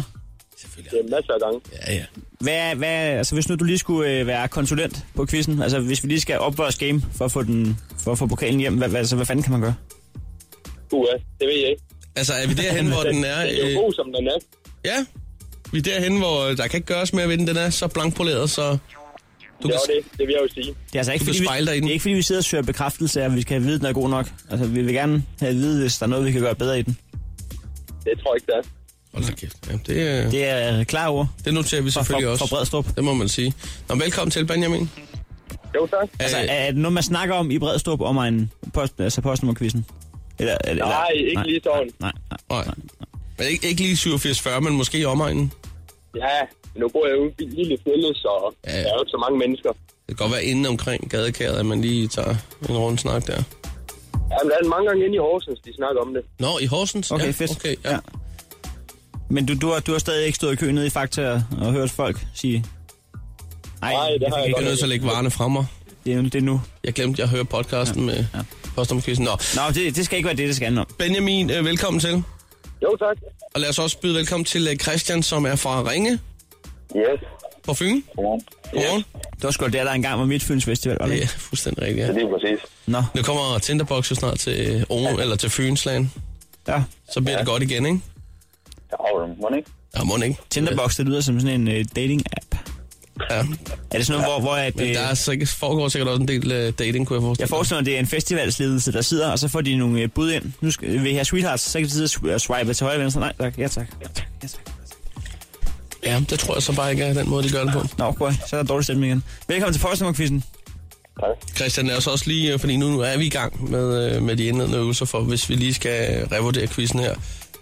[SPEAKER 5] Det er masser af gange.
[SPEAKER 3] Ja, ja.
[SPEAKER 4] Hvad, hvad, altså hvis nu du lige skulle øh, være konsulent på quizzen, altså hvis vi lige skal op vores game for at få, den, for at få pokalen hjem, hvad, hvad, altså, hvad fanden kan man gøre?
[SPEAKER 5] Uha, det ved jeg ikke.
[SPEAKER 3] Altså, er vi derhen, hvor den er...
[SPEAKER 5] Den er
[SPEAKER 3] Øh,
[SPEAKER 5] jo god, som den er.
[SPEAKER 3] ja, vi er derhen, hvor øh, der kan ikke gøres mere ved den. Den er så blankpoleret, så... Du
[SPEAKER 5] Det
[SPEAKER 3] kan,
[SPEAKER 5] er det. Det vil jeg jo sige.
[SPEAKER 4] Det er altså ikke,
[SPEAKER 3] Du kan
[SPEAKER 4] fordi vi,
[SPEAKER 3] spejle dig i den.
[SPEAKER 4] det er ikke fordi vi sidder og søger bekræftelse af, at vi skal have at vide, at den er god nok. Altså vi vil gerne have at vide, hvis der er noget, vi kan gøre bedre i den.
[SPEAKER 5] Det tror jeg ikke, det er.
[SPEAKER 3] hold da kæft. Ja, det, øh,
[SPEAKER 4] Det er øh, klare ord
[SPEAKER 3] det noterer vi
[SPEAKER 4] fra,
[SPEAKER 3] selvfølgelig
[SPEAKER 4] fra, fra
[SPEAKER 3] også.
[SPEAKER 4] Bredstrup.
[SPEAKER 3] Det må man sige. Nå, velkommen til, Benjamin.
[SPEAKER 5] Jo, tak.
[SPEAKER 4] Altså,
[SPEAKER 3] Øh,
[SPEAKER 4] er, er det noget, man snakker om i Bredstrup om en post, altså postnummerquizzen? Eller, eller,
[SPEAKER 5] Nej, ikke lige sådan.
[SPEAKER 4] Nej, nej.
[SPEAKER 3] nej. Men ikke, ikke lige 87-40, men måske i omegnen.
[SPEAKER 5] Ja, nu bor jeg jo i et lille fælles, så
[SPEAKER 3] Ja, ja.
[SPEAKER 5] der er jo ikke så mange mennesker.
[SPEAKER 3] Det kan godt være inde omkring gadekæret, at man lige tager en rundt snak der.
[SPEAKER 5] Jamen, der er mange gange inde i Horsens, de snakker om det.
[SPEAKER 3] Nå, i Horsens?
[SPEAKER 4] Okay,
[SPEAKER 3] ja,
[SPEAKER 4] fedt.
[SPEAKER 3] Okay, ja.
[SPEAKER 4] Ja. Men du, du, har, du har stadig ikke stået i kø nede i Fakta og, og hørt folk sige... Ej,
[SPEAKER 5] Nej, det har jeg
[SPEAKER 4] fik
[SPEAKER 5] godt
[SPEAKER 3] Jeg er nødt til at lægge varerne fra mig.
[SPEAKER 4] Det er, det er nu.
[SPEAKER 3] Jeg glemte, jeg hører podcasten ja. med ja. postnummerkvisten. Nå,
[SPEAKER 4] Nå det, det skal ikke være det, det skal handle om.
[SPEAKER 3] Benjamin, øh, velkommen til.
[SPEAKER 5] Jo, tak.
[SPEAKER 3] Og lad os også byde velkommen til øh, Christian, som er fra Ringe
[SPEAKER 5] Yes.
[SPEAKER 3] på Fyn.
[SPEAKER 5] Godmorgen.
[SPEAKER 3] Godmorgen.
[SPEAKER 4] Det var sgu da der, der engang var Midtfyns Festival, var det
[SPEAKER 3] Det
[SPEAKER 4] ikke?
[SPEAKER 3] er fuldstændig rigtigt,
[SPEAKER 5] Ja,
[SPEAKER 3] ja.
[SPEAKER 5] det er præcis.
[SPEAKER 4] Nå,
[SPEAKER 3] Nu kommer Tinderbox jo snart til, øh, Aarhus- eller til Fynsland.
[SPEAKER 4] ja.
[SPEAKER 3] Så bliver det godt igen, ikke?
[SPEAKER 5] Ja, Aarhus, må den ikke?
[SPEAKER 3] Ja, må den ikke.
[SPEAKER 4] Tinderbox, det lyder som sådan en uh, dating-app.
[SPEAKER 3] Ja.
[SPEAKER 4] Er det sådan noget, hvor, hvor at,
[SPEAKER 3] Men der er,
[SPEAKER 4] uh,
[SPEAKER 3] sikkert, foregår sikkert også en del øh, dating, kunne jeg forestille
[SPEAKER 4] jeg forestiller mig, det er en festivalsledelse, der sidder, og så får de nogle uh, bud ind. Nu skal, vil I have sweethearts, så kan de sidde og sw- og swipe til højre og venstre. Nej, tak. Ja, tak. Ja, tak. Ja, tak.
[SPEAKER 3] mig. Ja, det tror jeg så bare ikke er den måde, de gør det på.
[SPEAKER 4] Nå, prøv, at- så er der dårlig stemning igen. Velkommen til Forstnummerkvisten.
[SPEAKER 3] Christian, lad os også lige, øh, fordi nu er vi i gang med, øh, med de indledende øvelser, for hvis vi lige skal øh, revurdere quizzen her.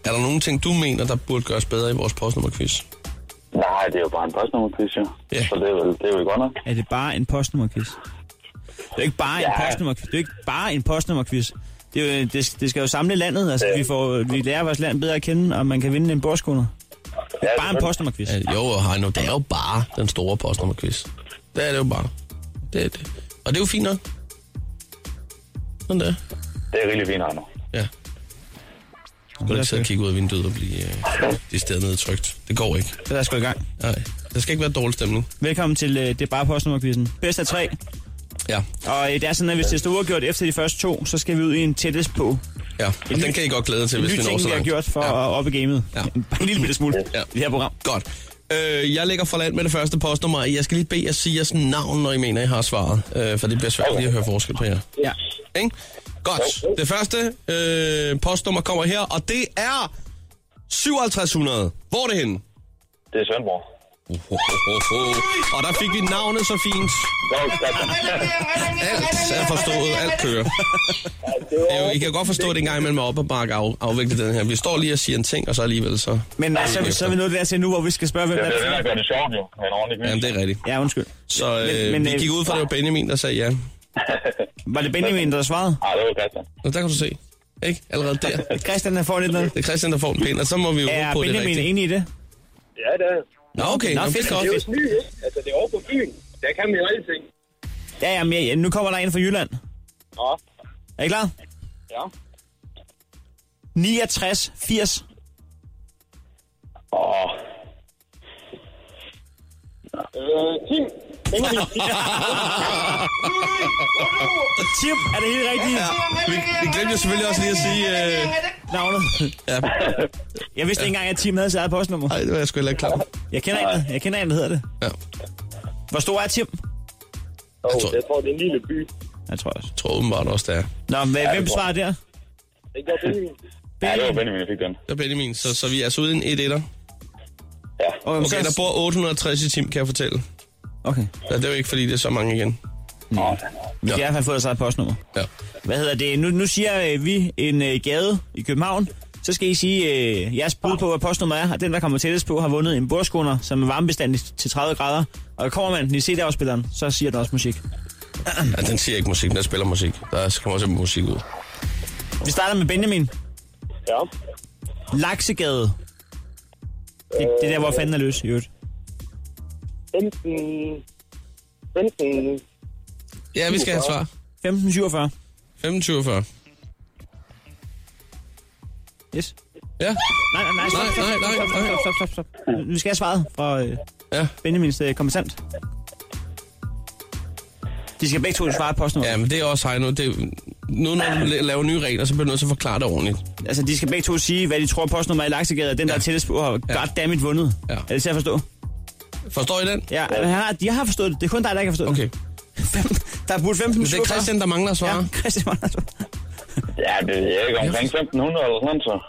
[SPEAKER 3] Er der nogle ting, du mener, der burde gøres bedre i vores postnummerquiz?
[SPEAKER 5] Nej, det er jo bare en postnummerquiz, jo.
[SPEAKER 3] Ja.
[SPEAKER 5] Så det er, vel, det er vel godt nok.
[SPEAKER 4] Er det bare en postnummerquiz? Det er ikke bare en
[SPEAKER 5] Ja.
[SPEAKER 4] postnummerquiz. Det er ikke bare en postnummerquiz. Det, er jo, øh, det, det skal jo samle landet. Altså,
[SPEAKER 5] Ja.
[SPEAKER 4] vi, får, vi lærer vores land bedre at kende, og man kan vinde en bordskoner.
[SPEAKER 5] Ja,
[SPEAKER 4] Bare en postnummerquiz.
[SPEAKER 3] Ja, jo, og Heino, det er jo bare den store postnummerquiz. Det er det jo bare. Det er det. Og det er jo fint nok. Sådan der.
[SPEAKER 5] Det er rigtig fint, Arno.
[SPEAKER 3] Ja. Du kan ikke sidde og kigge ud af vinduet og blive øh, de steder nede trygt. Det går ikke.
[SPEAKER 4] Så lad os gå i gang.
[SPEAKER 3] Nej. Der skal ikke være dårlig stemning.
[SPEAKER 4] Velkommen til øh, Det er bare postnummerquizzen. Bedst af tre.
[SPEAKER 3] Ja.
[SPEAKER 4] Og øh, det er sådan, at hvis det står uafgjort efter de første to, så skal vi ud i en tættest på.
[SPEAKER 3] Ja, og
[SPEAKER 4] En
[SPEAKER 3] den
[SPEAKER 4] ny-
[SPEAKER 3] kan I godt glæde jer til,
[SPEAKER 4] En
[SPEAKER 3] hvis
[SPEAKER 4] ny
[SPEAKER 3] vi når
[SPEAKER 4] ting,
[SPEAKER 3] så
[SPEAKER 4] vi har
[SPEAKER 3] langt.
[SPEAKER 4] gjort for
[SPEAKER 3] Ja.
[SPEAKER 4] at oppe i gamet.
[SPEAKER 3] Ja.
[SPEAKER 4] Ja. Bare en lille bitte smule
[SPEAKER 3] Ja.
[SPEAKER 4] ja. i det her program.
[SPEAKER 3] Godt. Øh, jeg lægger for land med det første postnummer. Jeg skal lige bede jer sige jeres navn, når I mener, I har svaret. Øh, for det bliver svært lige at høre forskel på jer.
[SPEAKER 4] Ja.
[SPEAKER 3] Ikke? Godt. Det første øh, postnummer kommer her, og det er 5700. Hvor er det henne?
[SPEAKER 5] Det er Sønderborg.
[SPEAKER 3] Ho, ho, ho. Og der fik vi navnet så fint.
[SPEAKER 5] Jo, tak.
[SPEAKER 3] Alt er forstået, alt kører. Det er jo, I kan godt forstå, at det engang imellem er op og bakke af, afvikle den her. Vi står lige og siger en ting, og så alligevel så...
[SPEAKER 4] Men øh, så, er vi- så er vi nået der til nu, hvor vi skal spørge, hvem
[SPEAKER 5] Det
[SPEAKER 4] der
[SPEAKER 5] er det, der
[SPEAKER 4] er
[SPEAKER 5] gør det sjovt, jo. Med en ordentlig quiz.
[SPEAKER 3] Jamen, det er rigtigt.
[SPEAKER 4] Ja, undskyld.
[SPEAKER 3] Så
[SPEAKER 4] Men-
[SPEAKER 3] øh,
[SPEAKER 4] men,
[SPEAKER 3] vi gik
[SPEAKER 4] øh,
[SPEAKER 3] ud fra, at det var Benjamin, der sagde ja.
[SPEAKER 4] Var det Benjamin, der svarede?
[SPEAKER 5] Ej, det var Christian.
[SPEAKER 3] Nå, der kan du se. Ikke? Allerede der. Det
[SPEAKER 4] Christian, der får lidt noget.
[SPEAKER 3] er Christian, der får en pind, og så må vi jo håbe
[SPEAKER 4] Er
[SPEAKER 3] på, at det er
[SPEAKER 4] Benjamin
[SPEAKER 3] rigtigt.
[SPEAKER 4] enig i det?
[SPEAKER 6] Ja, det er.
[SPEAKER 3] Nå, okay.
[SPEAKER 4] Nå,
[SPEAKER 3] Nå,
[SPEAKER 4] fedt,
[SPEAKER 3] fedt, godt.
[SPEAKER 4] fedt.
[SPEAKER 6] sny, ikke? Altså, det er over på Fyn. Der kan man jo alting.
[SPEAKER 4] Ja, ja, men ja, nu kommer der en fra Jylland.
[SPEAKER 6] Nå,
[SPEAKER 4] Er I klar?
[SPEAKER 6] ja.
[SPEAKER 4] 69, 80.
[SPEAKER 5] Åh,
[SPEAKER 6] Øh, Tim. Benjamin.
[SPEAKER 4] Tip, er det helt rigtigt
[SPEAKER 3] Ja, vi, vi glemte jo selvfølgelig også lige at sige... Øh,
[SPEAKER 4] navnet?
[SPEAKER 3] ja.
[SPEAKER 4] Jeg vidste ikke engang, at Tim havde sit eget postnummer.
[SPEAKER 3] Ej, det var jeg sgu heller ikke klar over.
[SPEAKER 4] Jeg kender, en, der- jeg kender en, der hedder det.
[SPEAKER 3] Ja,
[SPEAKER 4] Hvor stor er Tim?
[SPEAKER 6] oh,
[SPEAKER 3] tror-
[SPEAKER 6] jeg tror, det er en lille by.
[SPEAKER 4] Jeg tror også.
[SPEAKER 3] jeg tror åbenbart også, det er.
[SPEAKER 4] Nå, men hvad- hvem svarer der?
[SPEAKER 6] Det går Benjamin.
[SPEAKER 5] ja, det var Benjamin, der fik den.
[SPEAKER 3] Det er Benjamin, så, så vi er altså uden et etter.
[SPEAKER 5] Ja.
[SPEAKER 4] Okay,
[SPEAKER 3] Okay, der bor 860 i Tim, kan jeg fortælle.
[SPEAKER 4] Okay.
[SPEAKER 3] Ja, det er jo ikke, fordi det er så mange igen.
[SPEAKER 5] Nå,
[SPEAKER 4] Vi har i hvert fald fået sig et postnummer.
[SPEAKER 3] Ja.
[SPEAKER 4] Hvad hedder det? Nu, nu siger øh, vi en øh, gade i København. Så skal I sige øh, jeres bud på, hvad postnummer er. Og den, der kommer tættest på, har vundet en bordskoner, som er varmebestandig til 30 grader. Og kommer man den i CD-afspilleren, så siger den også musik.
[SPEAKER 3] ja den siger ikke musik, den spiller musik. Der kommer også musik ud.
[SPEAKER 4] Vi starter med Benjamin.
[SPEAKER 6] Ja.
[SPEAKER 4] Laksegade. Det, det er der, hvor fanden er løs, i øvrigt.
[SPEAKER 6] 15... 15...
[SPEAKER 3] Ja, vi skal have et svar.
[SPEAKER 4] 1547.
[SPEAKER 3] 2540.
[SPEAKER 4] Yes.
[SPEAKER 3] Ja,
[SPEAKER 4] Nej, nej, nej. Stop,
[SPEAKER 3] Nej,
[SPEAKER 4] stop,
[SPEAKER 3] nej, nej,
[SPEAKER 4] stop, stop,
[SPEAKER 3] nej.
[SPEAKER 4] stop, stop, stop, stop. Vi skal have svaret fra øh,
[SPEAKER 3] ja.
[SPEAKER 4] Benjamins øh, kompetent. De skal begge to svare postnummer.
[SPEAKER 3] Ja, men det er også Heino. Det, er- nu når du la- laver nye regler, så bliver du nødt til at forklare det ordentligt.
[SPEAKER 4] Altså, de skal begge to sige, hvad de tror postnummer er i Laksegade, og den, der
[SPEAKER 3] Ja.
[SPEAKER 4] er tættest på, har goddammit vundet.
[SPEAKER 3] Ja.
[SPEAKER 4] Er det til at forstå?
[SPEAKER 3] Forstår I den?
[SPEAKER 4] Ja, jeg har, jeg har forstået det. Det er kun dig, der ikke har forstået
[SPEAKER 3] Okay.
[SPEAKER 4] det. Der er budt 15
[SPEAKER 3] Men det er Christian, der mangler at svare.
[SPEAKER 4] Ja, Christian var der.
[SPEAKER 5] Ja, det er ikke omkring 1500 eller sådan, så.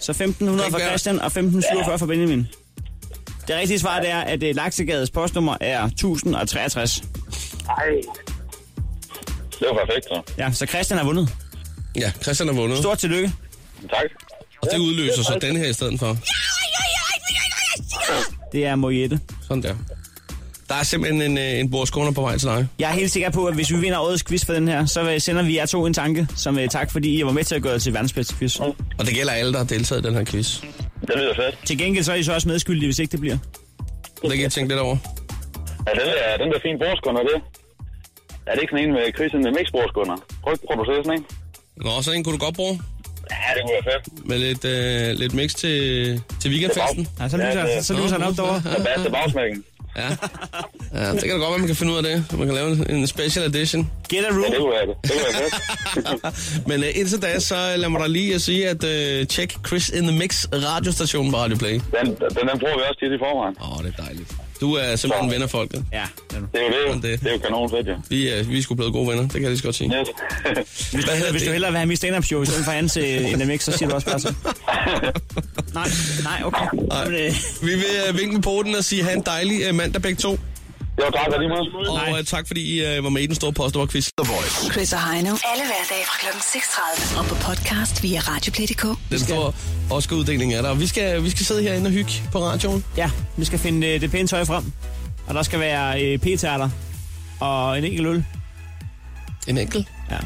[SPEAKER 4] Så 1500 for
[SPEAKER 3] Det gør-
[SPEAKER 4] Christian og 1547 for Benjamin. Det rigtige svar det er, at øh, Laksegades postnummer er 1063.
[SPEAKER 6] Ej.
[SPEAKER 5] Det var perfekt, så.
[SPEAKER 4] Ja, så Christian har vundet.
[SPEAKER 3] Ja, Christian har vundet.
[SPEAKER 4] Stort tillykke.
[SPEAKER 5] Tak.
[SPEAKER 3] Og det udløser så den her i stedet for.
[SPEAKER 4] Det er Mojette.
[SPEAKER 3] Sådan der. Der er simpelthen en, øh, en bordskåner på vej til dig.
[SPEAKER 4] Jeg er helt sikker på, at hvis vi vinder årets quiz for den her, så øh, sender vi jer to en tanke, som øh, tak, fordi I var med til at gøre det til verdens bedste quiz.
[SPEAKER 3] Og det gælder alle, der har deltaget i den her quiz.
[SPEAKER 5] Det lyder fedt.
[SPEAKER 4] Til gengæld så er I så også medskyldige, hvis ikke det bliver.
[SPEAKER 3] Det kan jeg tænke lidt over.
[SPEAKER 5] Ja, den der, den der fine borskund, er det?
[SPEAKER 11] Er det ikke sådan en med Christian med mixbrugskunder? Prøv prøv at se sådan en.
[SPEAKER 3] Nå, sådan en kunne du godt bruge.
[SPEAKER 11] Ja, det kunne være fedt.
[SPEAKER 3] Med lidt, øh, lidt mix til, til weekendfesten.
[SPEAKER 11] Ja, så lyser- så lyser han op derovre. Der er plads til bagsmækken.
[SPEAKER 3] Ja. ja, det kan da godt være, man kan finde ud af det. Man kan lave en- en special edition.
[SPEAKER 4] Get a room.
[SPEAKER 11] Ja, det kunne være det. Det kunne være fedt.
[SPEAKER 3] Men uh, indtil da, så lad mig da lige at sige, at uh, check Chris in the Mix radiostationen på Radio Play.
[SPEAKER 11] Den, den, den bruger vi også tit i forvejen.
[SPEAKER 3] Åh, oh, det er dejligt. Du er simpelthen ven af folket.
[SPEAKER 4] Ja.
[SPEAKER 11] Det er jo det. Det, det er jo kanon fedt, ja.
[SPEAKER 3] Vi er, vi er sgu blevet gode venner, det kan jeg lige så godt sige.
[SPEAKER 11] Yes.
[SPEAKER 4] Hvis, du, hvis du hellere vil have min stand-up show, i stedet for andet til NMX, så siger du også bare så. Nej, nej, okay.
[SPEAKER 3] Ej, vi vil øh, vinke med poten og sige, have en dejlig øh, mandag begge to.
[SPEAKER 11] Jo, tak for lige
[SPEAKER 3] Og øh, tak fordi I øh, var med i den store post, quiz. The Voice.
[SPEAKER 2] Chris og Heino. Alle hverdage fra kl. 6.30. Og på podcast via Radioplay.dk.
[SPEAKER 3] Den store Oscar-uddeling er der. og Vi skal, vi skal sidde herinde og hygge på radioen.
[SPEAKER 4] Ja, vi skal finde øh, det pæne tøj frem. Og der skal være øh, p-tærter og en enkelt øl.
[SPEAKER 3] En enkelt?
[SPEAKER 4] Ja.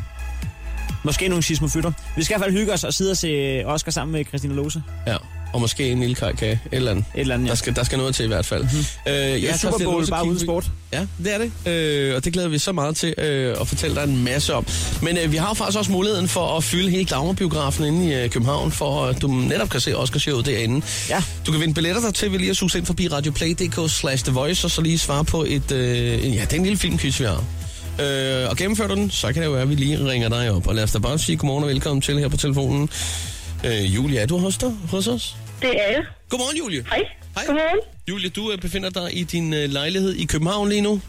[SPEAKER 4] Måske nogle sismofytter. Vi skal i hvert fald hygge os og sidde og se øh, Oscar sammen med Christina Lose.
[SPEAKER 3] Ja, og måske en lille kajkage. Et eller andet.
[SPEAKER 4] Et eller andet, ja. Mhm.
[SPEAKER 3] der, skal, der skal noget til i hvert fald. Mm-hmm. Øh,
[SPEAKER 4] Det er
[SPEAKER 3] jeg
[SPEAKER 4] Super Bowl, bare uden sport.
[SPEAKER 3] Ja, det er det. Øh, og det glæder vi så meget til øh, at fortælle dig en masse om. Men øh, vi har jo faktisk også muligheden for at fylde hele Dagmarbiografen inde i øh, København, for at du netop kan se Oscarshowet derinde.
[SPEAKER 4] Ja.
[SPEAKER 3] Du kan vinde billetter dertil ved lige at suge ind forbi radioplay.dk slash The Voice, og så lige svare på et, øh, ja, det er en lille filmquiz, vi har. Øh, og gennemfører du den, så kan det jo være, at vi lige ringer dig op. Og lad os da bare sige godmorgen og velkommen til her på telefonen. Øh, Julie, er du hos, dig, hos os?
[SPEAKER 12] Det er jeg.
[SPEAKER 3] Godmorgen, Julie.
[SPEAKER 12] Hej.
[SPEAKER 3] Hej.
[SPEAKER 12] Godmorgen.
[SPEAKER 3] Julie, du øh, befinder dig i din øh, lejlighed i København lige nu.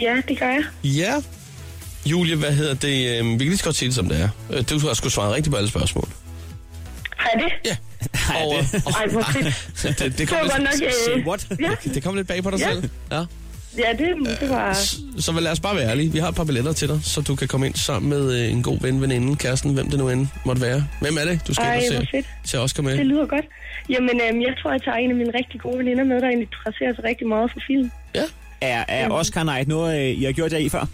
[SPEAKER 12] Ja, det gør jeg.
[SPEAKER 3] Ja. Julie, hvad hedder det? Øh, vi kan lige så godt sige det, som det er. Øh, du har sgu svaret rigtigt på alle spørgsmål.
[SPEAKER 12] Har jeg det?
[SPEAKER 3] Ja.
[SPEAKER 4] Ej, det...
[SPEAKER 12] Ej, hvor
[SPEAKER 3] det,
[SPEAKER 12] fedt. Det
[SPEAKER 3] det, kom
[SPEAKER 12] var
[SPEAKER 3] lidt,
[SPEAKER 12] godt nok, øh, Say
[SPEAKER 4] what?
[SPEAKER 12] ja.
[SPEAKER 3] det kom lidt bag på dig
[SPEAKER 12] Ja.
[SPEAKER 3] selv. Ja.
[SPEAKER 12] Ja, det, det var...
[SPEAKER 3] Så lad os bare være ærlige. Vi har et par billetter til dig, så du kan komme ind sammen med øh, en god ven, veninde, kæresten, hvem det nu end måtte være. Hvem er det, du skal
[SPEAKER 12] Ej,
[SPEAKER 3] ind og
[SPEAKER 12] hvor
[SPEAKER 3] se,
[SPEAKER 12] fedt.
[SPEAKER 3] se Oscar med?
[SPEAKER 12] Det lyder godt. Jamen, øhm, jeg tror, jeg tager en af mine rigtig gode veninder med, der egentlig interesserer sig rigtig meget for film.
[SPEAKER 4] Er, er Oscar Night noget, øh, I har gjort jer i før?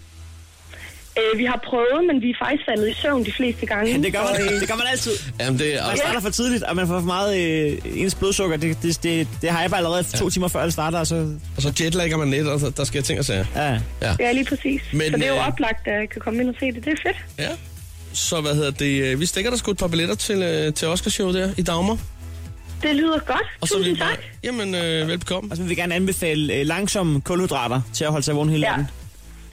[SPEAKER 12] Øh, vi har prøvet, men vi er faktisk faldet i søvn de fleste gange.
[SPEAKER 4] Ja, det gør man,
[SPEAKER 12] Så, øh,
[SPEAKER 4] det gør man altid.
[SPEAKER 3] Jamen, det er altså,
[SPEAKER 4] Man starter for tidligt, og man får for meget øh, ens blodsukker. Det, det, det, det har jeg bare allerede to timer før, det starter. Og så...
[SPEAKER 3] Og så jetlagger man lidt, og så- der sker ting og sager.
[SPEAKER 4] Ja.
[SPEAKER 3] ja.
[SPEAKER 12] Ja, lige præcis.
[SPEAKER 3] Men,
[SPEAKER 12] Men, så det er jo
[SPEAKER 3] øh,
[SPEAKER 12] oplagt, at jeg kan komme ind og se det. Det er fedt.
[SPEAKER 3] Ja. Så hvad hedder det? øh, Vi stikker der sgu et par billetter til, øh, til Oscarshowet der i Dagmar.
[SPEAKER 12] Det lyder godt.
[SPEAKER 3] Og så vil vi bare... Jamen, øh, velbekomme.
[SPEAKER 4] Og så vil vi gerne anbefale øh, langsomme kulhydrater til at holde sig vågen hele natten.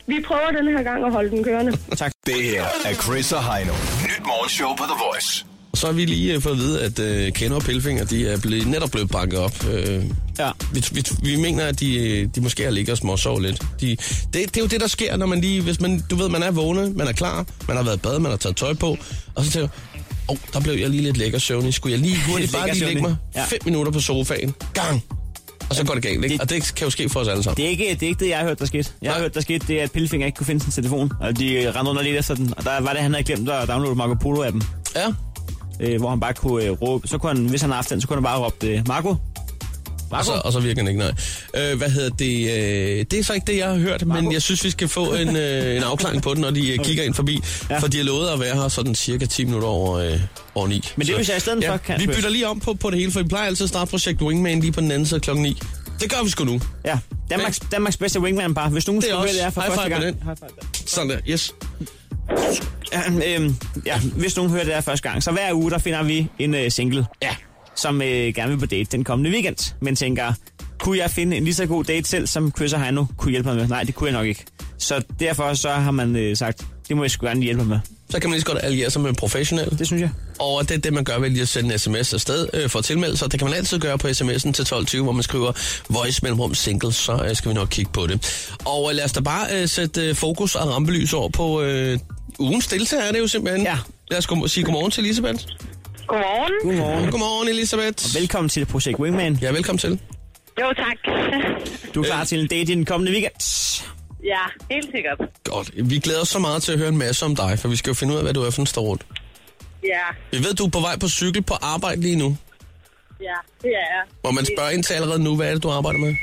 [SPEAKER 12] Vi prøver den her gang at holde den kørende.
[SPEAKER 4] Tak.
[SPEAKER 8] Det her er Chris og Heino. Nyt morgenshow på The Voice.
[SPEAKER 3] Og så har vi lige øh, fået at vide, at øh, Kender og Pelfinger, de er ble, netop blevet banket op. Øh,
[SPEAKER 4] ja.
[SPEAKER 3] vi, vi, vi mener, at de, øh, de måske har ligget og småsov lidt. De, det, det er jo det, der sker, når man lige... Hvis man, du ved, man er vågnet, man er klar, man har været i bad, man har taget tøj på, og så tænker man, åh, oh, der blev jeg lige lidt lækker søvnig. Skulle jeg lige hurtigt bare lige lægge mig
[SPEAKER 4] Ja.
[SPEAKER 3] fem minutter på sofaen? Gang! Og så går det galt, ikke? Og det kan jo ske for os alle sammen.
[SPEAKER 4] Det er, ikke, det er ikke det, jeg har hørt, der skete. Jeg har hørt, der skete det, at Pillefinger ikke kunne finde sin telefon, og de øh, rendte under lidt efter den. Og der var det, han havde glemt at downloade Marco Polo-appen.
[SPEAKER 3] Ja.
[SPEAKER 4] Øh, hvor han bare kunne øh, råbe. Så kunne han, hvis han har haft den, så kunne han bare råbe, øh, Marco,
[SPEAKER 3] Og så, og så virker den ikke, nej. Øh, hvad hedder det? Øh, det er så ikke det, jeg har hørt, men jeg synes, vi skal få en, øh, en afklaring på den, når de øh, kigger ind forbi. Ja. For de har lovet at være her sådan cirka 10 minutter over, øh, over 9.
[SPEAKER 4] Men det er, hvis jeg i stedet for kan-
[SPEAKER 3] Vi bytter lige om på, på det hele, for vi plejer altid at starte projekt Wingman lige på den anden side klokken 9. Det gør vi sgu nu.
[SPEAKER 4] Ja, Danmarks, Danmarks bedste wingman bare. Hvis nogen
[SPEAKER 3] Det er
[SPEAKER 4] skulle høre det
[SPEAKER 3] også.
[SPEAKER 4] er for
[SPEAKER 3] High
[SPEAKER 4] første
[SPEAKER 3] five
[SPEAKER 4] gang.
[SPEAKER 3] på den. Sådan der, yes.
[SPEAKER 4] Ja, øhm, ja, hvis nogen hører det her første gang, så hver uge der finder vi en øh, single,
[SPEAKER 3] ja.
[SPEAKER 4] som øh, gerne vil på date den kommende weekend. Men tænker, kunne jeg finde en lige så god date selv, som Chris og Heino kunne hjælpe mig med? Nej, det kunne jeg nok ikke. Så derfor så har man øh, sagt, det må jeg sgu gerne hjælpe mig med.
[SPEAKER 3] Så kan man lige så godt alliere sig med en professionel.
[SPEAKER 4] Det synes jeg.
[SPEAKER 3] Og det er det, man gør ved lige at sende en sms afsted øh, for at tilmelde sig. Det kan man altid gøre på sms'en til 12.20, hvor man skriver voice mellemrum single, så øh, skal vi nok kigge på det. Og øh, lad os da bare øh, sætte øh, fokus og rampelys over på øh, ugens deltager, er det jo simpelthen. Ja. Lad os go- sige godmorgen til Elisabeth.
[SPEAKER 12] Godmorgen.
[SPEAKER 4] Godmorgen.
[SPEAKER 3] Godmorgen, Elisabeth.
[SPEAKER 4] Og velkommen til Projekt Wingman.
[SPEAKER 3] Ja, velkommen til.
[SPEAKER 12] Jo, tak.
[SPEAKER 4] Du er klar til en date i den kommende weekend.
[SPEAKER 12] ja, helt sikkert.
[SPEAKER 3] Godt. Vi glæder os så meget til at høre en masse om dig, for vi skal jo finde ud af, hvad du er for en stor
[SPEAKER 12] Ja,
[SPEAKER 3] Vi ved, du er på vej på cykel på arbejde lige nu.
[SPEAKER 12] ja, det er jeg.
[SPEAKER 3] Må man spørge ind til allerede nu, hvad er det, du arbejder med?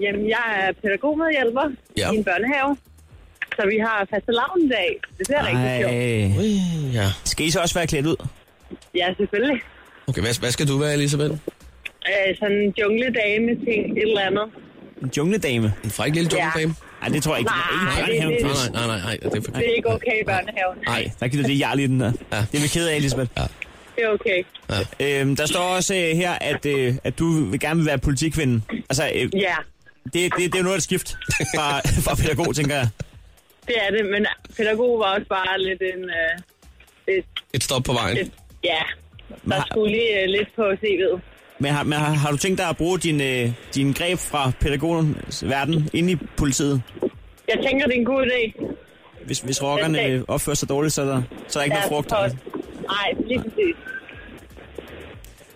[SPEAKER 12] Jamen, jeg er pædagogmedhjælper
[SPEAKER 3] Ja.
[SPEAKER 12] i en børnehave. Så vi har faste lavn dag. Det bliver rigtig sjovt.
[SPEAKER 3] Ui, ja.
[SPEAKER 4] Skal I så også være klædt ud?
[SPEAKER 12] Ja, selvfølgelig.
[SPEAKER 3] Okay, hvad, hvad skal du være, Elisabeth?
[SPEAKER 12] Øh, sådan en jungledame ting, et eller andet.
[SPEAKER 4] En jungledame.
[SPEAKER 3] En fræk lille
[SPEAKER 12] Ja.
[SPEAKER 3] jungledame. Ja.
[SPEAKER 4] Ej, det tror jeg ikke.
[SPEAKER 12] Nej,
[SPEAKER 4] Ikke
[SPEAKER 12] det-
[SPEAKER 4] børnehaven,
[SPEAKER 12] det-
[SPEAKER 4] Chris.
[SPEAKER 3] Nej, nej, nej, det er
[SPEAKER 12] Det er ikke okay i børnehaven.
[SPEAKER 4] Nej, der gider det jarl i den der. Ja. Det er vi ked af, Elisabeth. Ja.
[SPEAKER 12] Det er okay.
[SPEAKER 4] Ja. Øhm, der står også øh, her, at, øh, at du vil gerne vil være politikvinde. Altså, øh,
[SPEAKER 12] Ja,
[SPEAKER 4] det, det, det er jo noget af et skift fra, fra pædagog, tænker jeg.
[SPEAKER 12] det er det, men pædagog var også bare lidt en... Øh, et,
[SPEAKER 3] Et stop på vejen.
[SPEAKER 12] et, ja,
[SPEAKER 4] Men,
[SPEAKER 12] der
[SPEAKER 4] har,
[SPEAKER 12] skulle lige øh, lidt på CV'et.
[SPEAKER 4] men, har, men har, har du tænkt dig at bruge din, øh, din greb fra pædagogens verden inde i politiet?
[SPEAKER 12] Jeg tænker, det er en god idé.
[SPEAKER 4] Hvis, hvis rockerne øh, opfører sig dårligt, så er der, så er der ikke
[SPEAKER 12] Ja,
[SPEAKER 4] noget frugt.
[SPEAKER 12] for- Nej, lige præcis.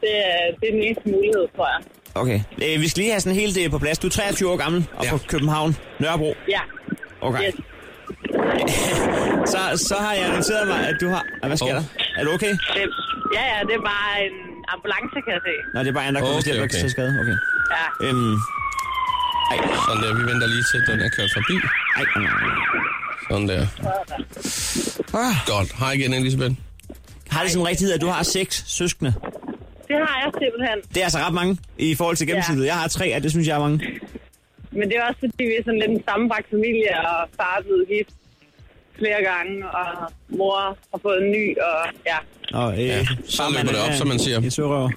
[SPEAKER 12] Det, er- det er den eneste mulighed, tror jeg.
[SPEAKER 4] Okay. Øh, vi skal lige have sådan helt øh, på plads. Du er 23 år gammel og ja. fra København, Nørrebro.
[SPEAKER 12] Ja.
[SPEAKER 4] Okay.
[SPEAKER 12] Yes.
[SPEAKER 4] så, så har jeg noteret mig, at du har... Ah, Hvad sker oh. der? Er du okay?
[SPEAKER 12] Det, ja, ja, det er bare en ambulance, kan jeg se.
[SPEAKER 4] Nå, det er bare en, der kommer
[SPEAKER 3] Okay,
[SPEAKER 4] okay, okay.
[SPEAKER 3] okay.
[SPEAKER 4] til skade. Okay.
[SPEAKER 12] Ja.
[SPEAKER 4] Øhm.
[SPEAKER 3] Ej. Sådan der, vi venter lige til, den er kørt forbi.
[SPEAKER 4] Ej.
[SPEAKER 3] Sådan der.
[SPEAKER 4] Ah.
[SPEAKER 3] Godt. Hej igen, Elisabeth.
[SPEAKER 4] Har det sådan rigtigt, at du har seks søskende?
[SPEAKER 12] Det har jeg simpelthen.
[SPEAKER 4] Det er altså ret mange i forhold til gennemsnittet. Ja. Jeg har tre, og det synes jeg er mange.
[SPEAKER 12] Men det er også, fordi vi er sådan lidt en sammenbragt familie, og far er blevet gift flere gange, og mor har fået en ny, og ja,
[SPEAKER 4] Og, øh, ja. Så
[SPEAKER 3] løber det op, som man siger.
[SPEAKER 4] Jeg sørger.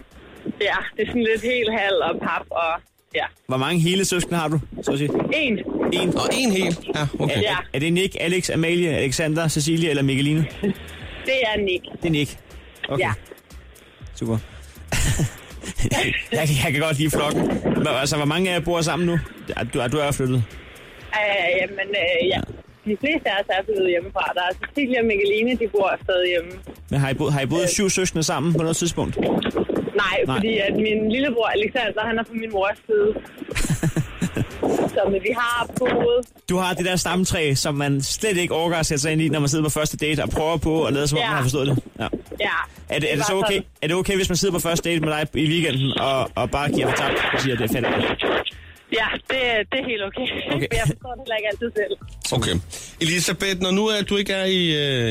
[SPEAKER 12] ja det er sådan lidt helt halv og pap, og ja,
[SPEAKER 4] Hvor mange hele søskende har du, så at sige?
[SPEAKER 12] en.
[SPEAKER 3] En. Og en hel. Ja, okay.
[SPEAKER 4] Er,
[SPEAKER 12] Ja.
[SPEAKER 4] er det Nick, Alex, Amalie, Alexander, Cecilie eller Mikkeline?
[SPEAKER 12] Det er Nick.
[SPEAKER 4] Det er Nick. Okay.
[SPEAKER 12] Ja.
[SPEAKER 4] Super. jeg, jeg kan godt lide flokken. Hvor- Altså, hvor mange af jer bor sammen nu? Ja, Du, du er flyttet.
[SPEAKER 12] Øh, jamen, øh, ja. De fleste af os er blevet hjemmefra. Der er altså Cecilia og Mikkeline, de bor stadig hjemme.
[SPEAKER 4] Men har I, boet, har I
[SPEAKER 12] Øh.
[SPEAKER 4] boet syv søskende sammen på noget tidspunkt?
[SPEAKER 12] Nej,
[SPEAKER 4] Nej.
[SPEAKER 12] Nej, fordi at min lillebror Alexander, han er på min mors side. Så men vi har boet.
[SPEAKER 4] Du har det der stamtræ, som man slet ikke overgår at sætte sig ind i, når man sidder på første date og prøver på at lade som om,
[SPEAKER 12] Ja.
[SPEAKER 4] man har forstået det. Ja.
[SPEAKER 12] Ja,
[SPEAKER 4] Er, det, er, det
[SPEAKER 12] var
[SPEAKER 4] så okay,
[SPEAKER 12] sådan.
[SPEAKER 4] er det okay, hvis man sidder på første date med dig i weekenden og, og bare giver for tabt og siger, at det er fedt?
[SPEAKER 12] Ja, det, det er helt okay. okay. jeg forstår det heller ikke altid selv.
[SPEAKER 3] Okay. Elisabeth, når nu er, at du ikke er i,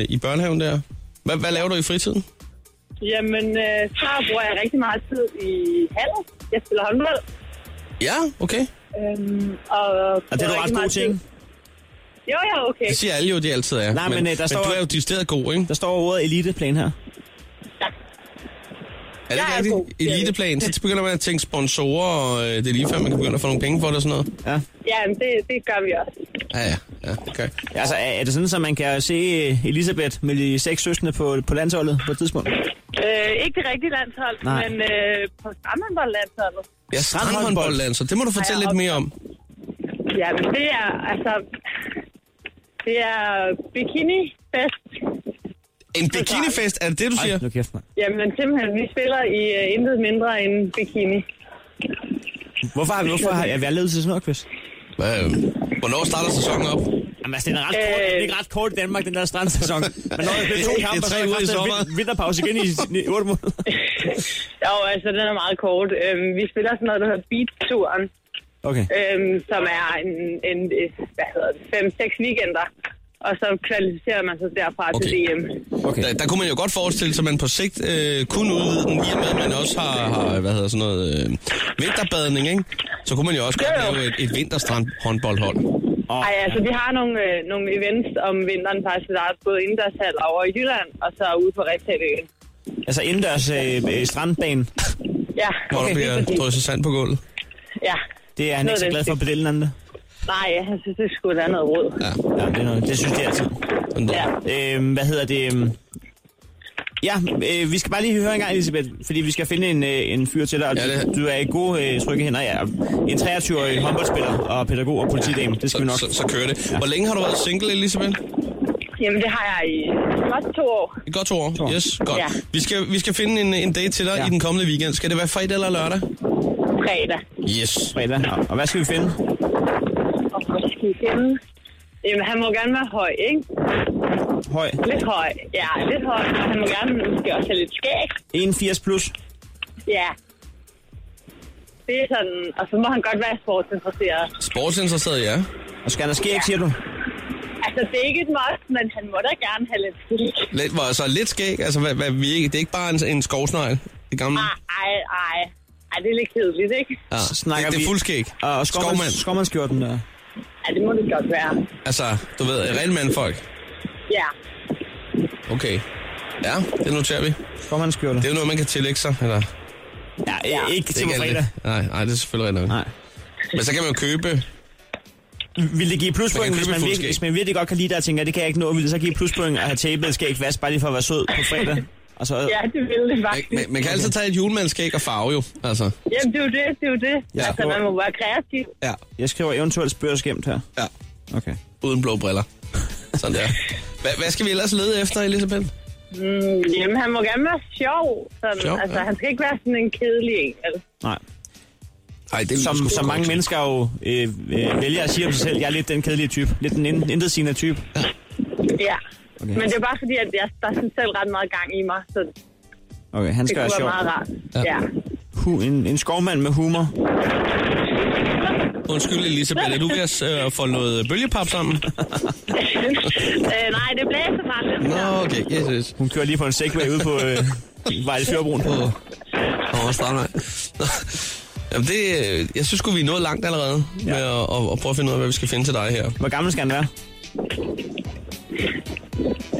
[SPEAKER 3] øh, i børnehaven der, hvad, hvad laver du i fritiden?
[SPEAKER 12] Jamen, øh, så bruger jeg rigtig meget tid i hallen. Jeg spiller håndbold.
[SPEAKER 3] Ja, okay.
[SPEAKER 12] Øhm, og,
[SPEAKER 3] Og det er du ret god til, ikke?
[SPEAKER 12] Jo, ja, okay.
[SPEAKER 3] Det siger alle jo, det altid er.
[SPEAKER 4] Nej, men, øh, der
[SPEAKER 3] men
[SPEAKER 4] står-
[SPEAKER 3] du er jo distilleret god, ikke?
[SPEAKER 4] Der står ordet eliteplan her.
[SPEAKER 3] Er det ikke rigtigt? Eliteplan. Så begynder man at tænke sponsorer, og øh, det er lige før, man kan begynde at få nogle penge for det og sådan noget.
[SPEAKER 4] Ja.
[SPEAKER 12] Ja, men det, det gør vi også.
[SPEAKER 3] Ja, ja. ja okay.
[SPEAKER 4] Altså, er, er det sådan, at man kan se øh, Elisabeth med de seks søskende på, på landsholdet på et tidspunkt?
[SPEAKER 12] Øh, ikke det rigtige landshold,
[SPEAKER 4] Nej.
[SPEAKER 12] men øh, på strandhåndboldlandsholdet.
[SPEAKER 3] Ja, strandhåndboldland, så det må du fortælle
[SPEAKER 12] Ja,
[SPEAKER 3] lidt
[SPEAKER 12] og-
[SPEAKER 3] mere om.
[SPEAKER 12] Ja, men det er, altså... Det er bikinifest.
[SPEAKER 3] En bikinifest, er det det, du siger?
[SPEAKER 4] nu kæft, man.
[SPEAKER 12] Jamen, simpelthen, vi spiller i uh, intet mindre end bikini.
[SPEAKER 4] Hvorfor, har- hvorfor har jeg været ledet til sådan noget, Chris?
[SPEAKER 3] Hvad, øh, hvornår starter sæsonen op?
[SPEAKER 4] Jamen, altså, den er, ret kort, øh... den er ikke ret kort i Danmark, den der strandsæson. Men når det
[SPEAKER 3] Det
[SPEAKER 4] bliver
[SPEAKER 3] er-
[SPEAKER 4] to
[SPEAKER 3] det er
[SPEAKER 4] kampe, så
[SPEAKER 3] tre
[SPEAKER 4] er
[SPEAKER 3] uger i sommer.
[SPEAKER 4] der vinterpause igen i, i 8 måneder.
[SPEAKER 12] Jo, altså, den er meget kort. Øhm, vi spiller sådan noget, der hedder Beat-turen,
[SPEAKER 4] Okay.
[SPEAKER 12] øhm, som er en, en, øh, hvad hedder det, fem-seks weekender. Og så kvalificerer man sig derfra okay. til DM.
[SPEAKER 4] Okay.
[SPEAKER 3] Der, der kunne man jo godt forestille sig, at man på sigt øh, kunne udvide den, i og med at man også har, har hvad hedder sådan noget, øh, vinterbadning, ikke? Så kunne man jo også godt lave et, et vinterstrand håndboldhold.
[SPEAKER 4] Oh,
[SPEAKER 12] Ej, altså, vi har nogle, øh, nogle events om vinteren faktisk, der er både indendørshal over i Jylland, og så ude på Rigtaløen.
[SPEAKER 4] Altså, indendørs øh, øh, strandbane.
[SPEAKER 12] Ja,
[SPEAKER 3] Hvor der
[SPEAKER 12] lige
[SPEAKER 3] bliver
[SPEAKER 12] præcis.
[SPEAKER 3] drysset sand på gulvet.
[SPEAKER 12] ja.
[SPEAKER 4] Det er han ikke så glad for på det andet.
[SPEAKER 12] Nej, jeg synes, det skulle være noget råd.
[SPEAKER 3] Ja.
[SPEAKER 4] Ja, det, er noget, det synes jeg altid.
[SPEAKER 3] Sådan der.
[SPEAKER 12] Ja.
[SPEAKER 4] Øhm, hvad hedder det? øhm, Ja, øh, vi skal bare lige høre en gang, Elisabeth, fordi vi skal finde en, øh, en fyr til dig. og
[SPEAKER 3] Ja, det-
[SPEAKER 4] Du, du er i gode øh, trygge hænder. Ja, en 23-årig håndboldspiller og pædagog og politidame. Det skal vi
[SPEAKER 3] Så,
[SPEAKER 4] nok.
[SPEAKER 3] så, så kører det. Hvor længe har du været single, Elisabeth?
[SPEAKER 12] Jamen, det har jeg i godt to år.
[SPEAKER 3] I godt to år. Yes, godt.
[SPEAKER 12] Ja.
[SPEAKER 3] Vi skal, vi skal finde en, en date til dig i den kommende weekend. Skal det være fredag eller lørdag?
[SPEAKER 12] Fredag.
[SPEAKER 3] Yes.
[SPEAKER 4] Fredag. Og- Og hvad skal vi finde?
[SPEAKER 12] Og hvor skal vi finde? Jamen, han må gerne være høj, ikke?
[SPEAKER 4] Høj.
[SPEAKER 12] Lidt høj. Ja, lidt høj. Og Han må gerne måske også have lidt skæg.
[SPEAKER 4] 81 plus.
[SPEAKER 12] Ja. Det er sådan... Og så må han godt være sportsinteresseret.
[SPEAKER 3] Sportsinteresseret, ja.
[SPEAKER 4] Og skal der ske, ikke, siger du?
[SPEAKER 12] Altså, det er ikke et must, men han må da gerne have lidt skæg.
[SPEAKER 3] Lidt, hvor, altså, lidt skæg. Altså, hvad, hvad, vi ikke, det er ikke bare en, en skovsnegl. Det gamle.
[SPEAKER 12] Ej, Ah, ej, ej. Ej, det er lidt kedeligt, ikke?
[SPEAKER 3] Ja.
[SPEAKER 4] snakker
[SPEAKER 3] det, det
[SPEAKER 4] vi-
[SPEAKER 3] er fuldskæg.
[SPEAKER 4] Og
[SPEAKER 3] Skovmand.
[SPEAKER 4] skovmand. skovmandskjorten der.
[SPEAKER 12] Ja, det må det godt være.
[SPEAKER 3] Altså, du ved, rene mandfolk.
[SPEAKER 12] Ja.
[SPEAKER 3] Okay. Ja, det noterer vi.
[SPEAKER 4] Formandskjorte.
[SPEAKER 3] Det er jo noget, man kan tillægge sig, eller?
[SPEAKER 4] Ja, ja. ikke
[SPEAKER 3] Det er
[SPEAKER 4] til på
[SPEAKER 3] alt
[SPEAKER 4] fredag.
[SPEAKER 3] det. Nej, nej, det er selvfølgelig rigtigt nok.
[SPEAKER 4] Nej.
[SPEAKER 3] Men så kan man jo købe...
[SPEAKER 4] Vil det give
[SPEAKER 3] Man
[SPEAKER 4] pluspoint,
[SPEAKER 3] kan
[SPEAKER 4] hvis
[SPEAKER 3] købe
[SPEAKER 4] man, virkelig,
[SPEAKER 3] et fuldskab.
[SPEAKER 4] hvis man virkelig godt kan lide dig og tænker, det kan jeg ikke nå, vil det så give pluspoint at have tabet et skæg fast, bare lige for at være sød på fredag? Og så,
[SPEAKER 12] Ja, det ville det faktisk.
[SPEAKER 3] Man, man kan altid tage et julemandskæg og farve jo, altså.
[SPEAKER 12] Jamen, det er jo det, det er jo det.
[SPEAKER 4] Ja.
[SPEAKER 12] Ja. Altså, man må være kreativ.
[SPEAKER 3] Ja.
[SPEAKER 4] Jeg skriver eventuelt spørgeskæmt her.
[SPEAKER 3] Ja.
[SPEAKER 4] Okay.
[SPEAKER 3] Uden blå briller. Sådan der. Hva, hvad skal vi ellers lede efter, Elisabeth?
[SPEAKER 12] Mm, jamen, han må gerne være sjov. Sådan,
[SPEAKER 3] Sjov,
[SPEAKER 12] sjov altså,
[SPEAKER 3] ja.
[SPEAKER 12] ja. han skal ikke være sådan en kedelig en. Altså.
[SPEAKER 4] Nej.
[SPEAKER 3] Ej, det
[SPEAKER 4] som, som mange mennesker jo øh, øh, vælger at sige om sig selv, jeg er lidt den kedelige type. Lidt den in- intetsigende type.
[SPEAKER 12] Ja. Okay. Men det er bare fordi, at jeg, der er sådan selv ret meget gang i mig, så
[SPEAKER 4] Okay, han
[SPEAKER 12] det
[SPEAKER 4] skal
[SPEAKER 12] kunne
[SPEAKER 4] være
[SPEAKER 12] være
[SPEAKER 4] sjov.
[SPEAKER 12] meget rart. Ja. ja.
[SPEAKER 4] Hu, en, en skovmand med humor.
[SPEAKER 3] Undskyld, Elisabeth, er du ved at øh, få noget bølgepap sammen?
[SPEAKER 12] øh, nej, det blæser bare lidt.
[SPEAKER 3] Nå, okay, yes, yes.
[SPEAKER 4] Hun kører lige på en segway ude på øh, Vejle Fjordbroen.
[SPEAKER 3] Åh, Strandvej. Nå. Jamen, det, øh, jeg synes sgu, vi er nået langt allerede med at, at, at prøve at finde ud af, hvad vi skal finde til dig her.
[SPEAKER 4] Hvor gammel skal han være?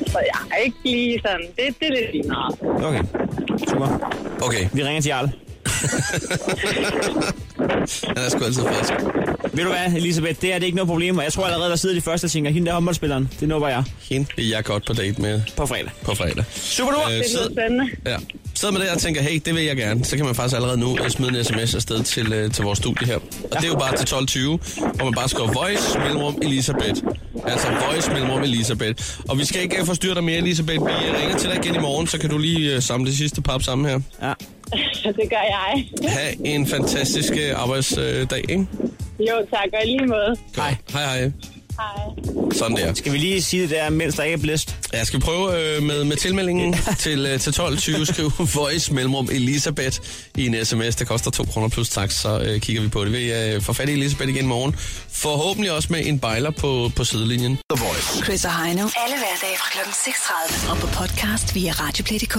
[SPEAKER 12] Så jeg er ikke lige sådan. Det, det er lidt lige meget.
[SPEAKER 4] Okay, super.
[SPEAKER 3] Okay,
[SPEAKER 4] Vi ringer til Jarl.
[SPEAKER 3] han er sgu altid frisk.
[SPEAKER 4] Ved du hvad, Elisabeth, det er det er ikke noget problem, og jeg tror allerede, der sidder de første og tænker, hende der håndboldspilleren, det nupper jeg
[SPEAKER 3] Hende vil jeg godt på date med
[SPEAKER 4] på fredag.
[SPEAKER 3] på fredag.
[SPEAKER 4] Super duper!
[SPEAKER 3] Øh,
[SPEAKER 12] Det lyder
[SPEAKER 3] sid,
[SPEAKER 12] spændende.
[SPEAKER 3] ja. Sid med det og tænker, hey, det vil jeg gerne. Så kan man faktisk allerede nu øh, smide en sms afsted til, øh, til vores studie her. Og det er jo bare til 12.20, hvor man bare skriver voice mellemrum Elisabeth. Altså voice mellemrum Elisabeth. Og vi skal ikke øh, forstyrre dig mere, Elisabeth. Vi øh, ringer til dig igen i morgen, så kan du lige øh, samle det sidste pap sammen her.
[SPEAKER 4] Ja.
[SPEAKER 12] det gør jeg.
[SPEAKER 3] Ha' en fantastisk øh, arbejdsdag, ikke?
[SPEAKER 12] Jo, tak. Og i lige måde.
[SPEAKER 3] Hej. Hej, hej.
[SPEAKER 12] Hej.
[SPEAKER 3] Sådan der.
[SPEAKER 4] Skal vi lige sige det der, mens der ikke er blæst?
[SPEAKER 3] Ja, skal vi prøve øh, med, med tilmeldingen til, øh, til 12.20. Skriv voice mellemrum Elisabeth i en sms, der koster 2 kroner plus tak, så øh, kigger vi på det. Vi øh, får fat i Elisabeth igen i morgen. Forhåbentlig også med en bejler på, på sidelinjen. The Voice.
[SPEAKER 2] Chris og Heino. Alle hverdage fra kl. 6.30. Og på podcast via Radioplay.dk.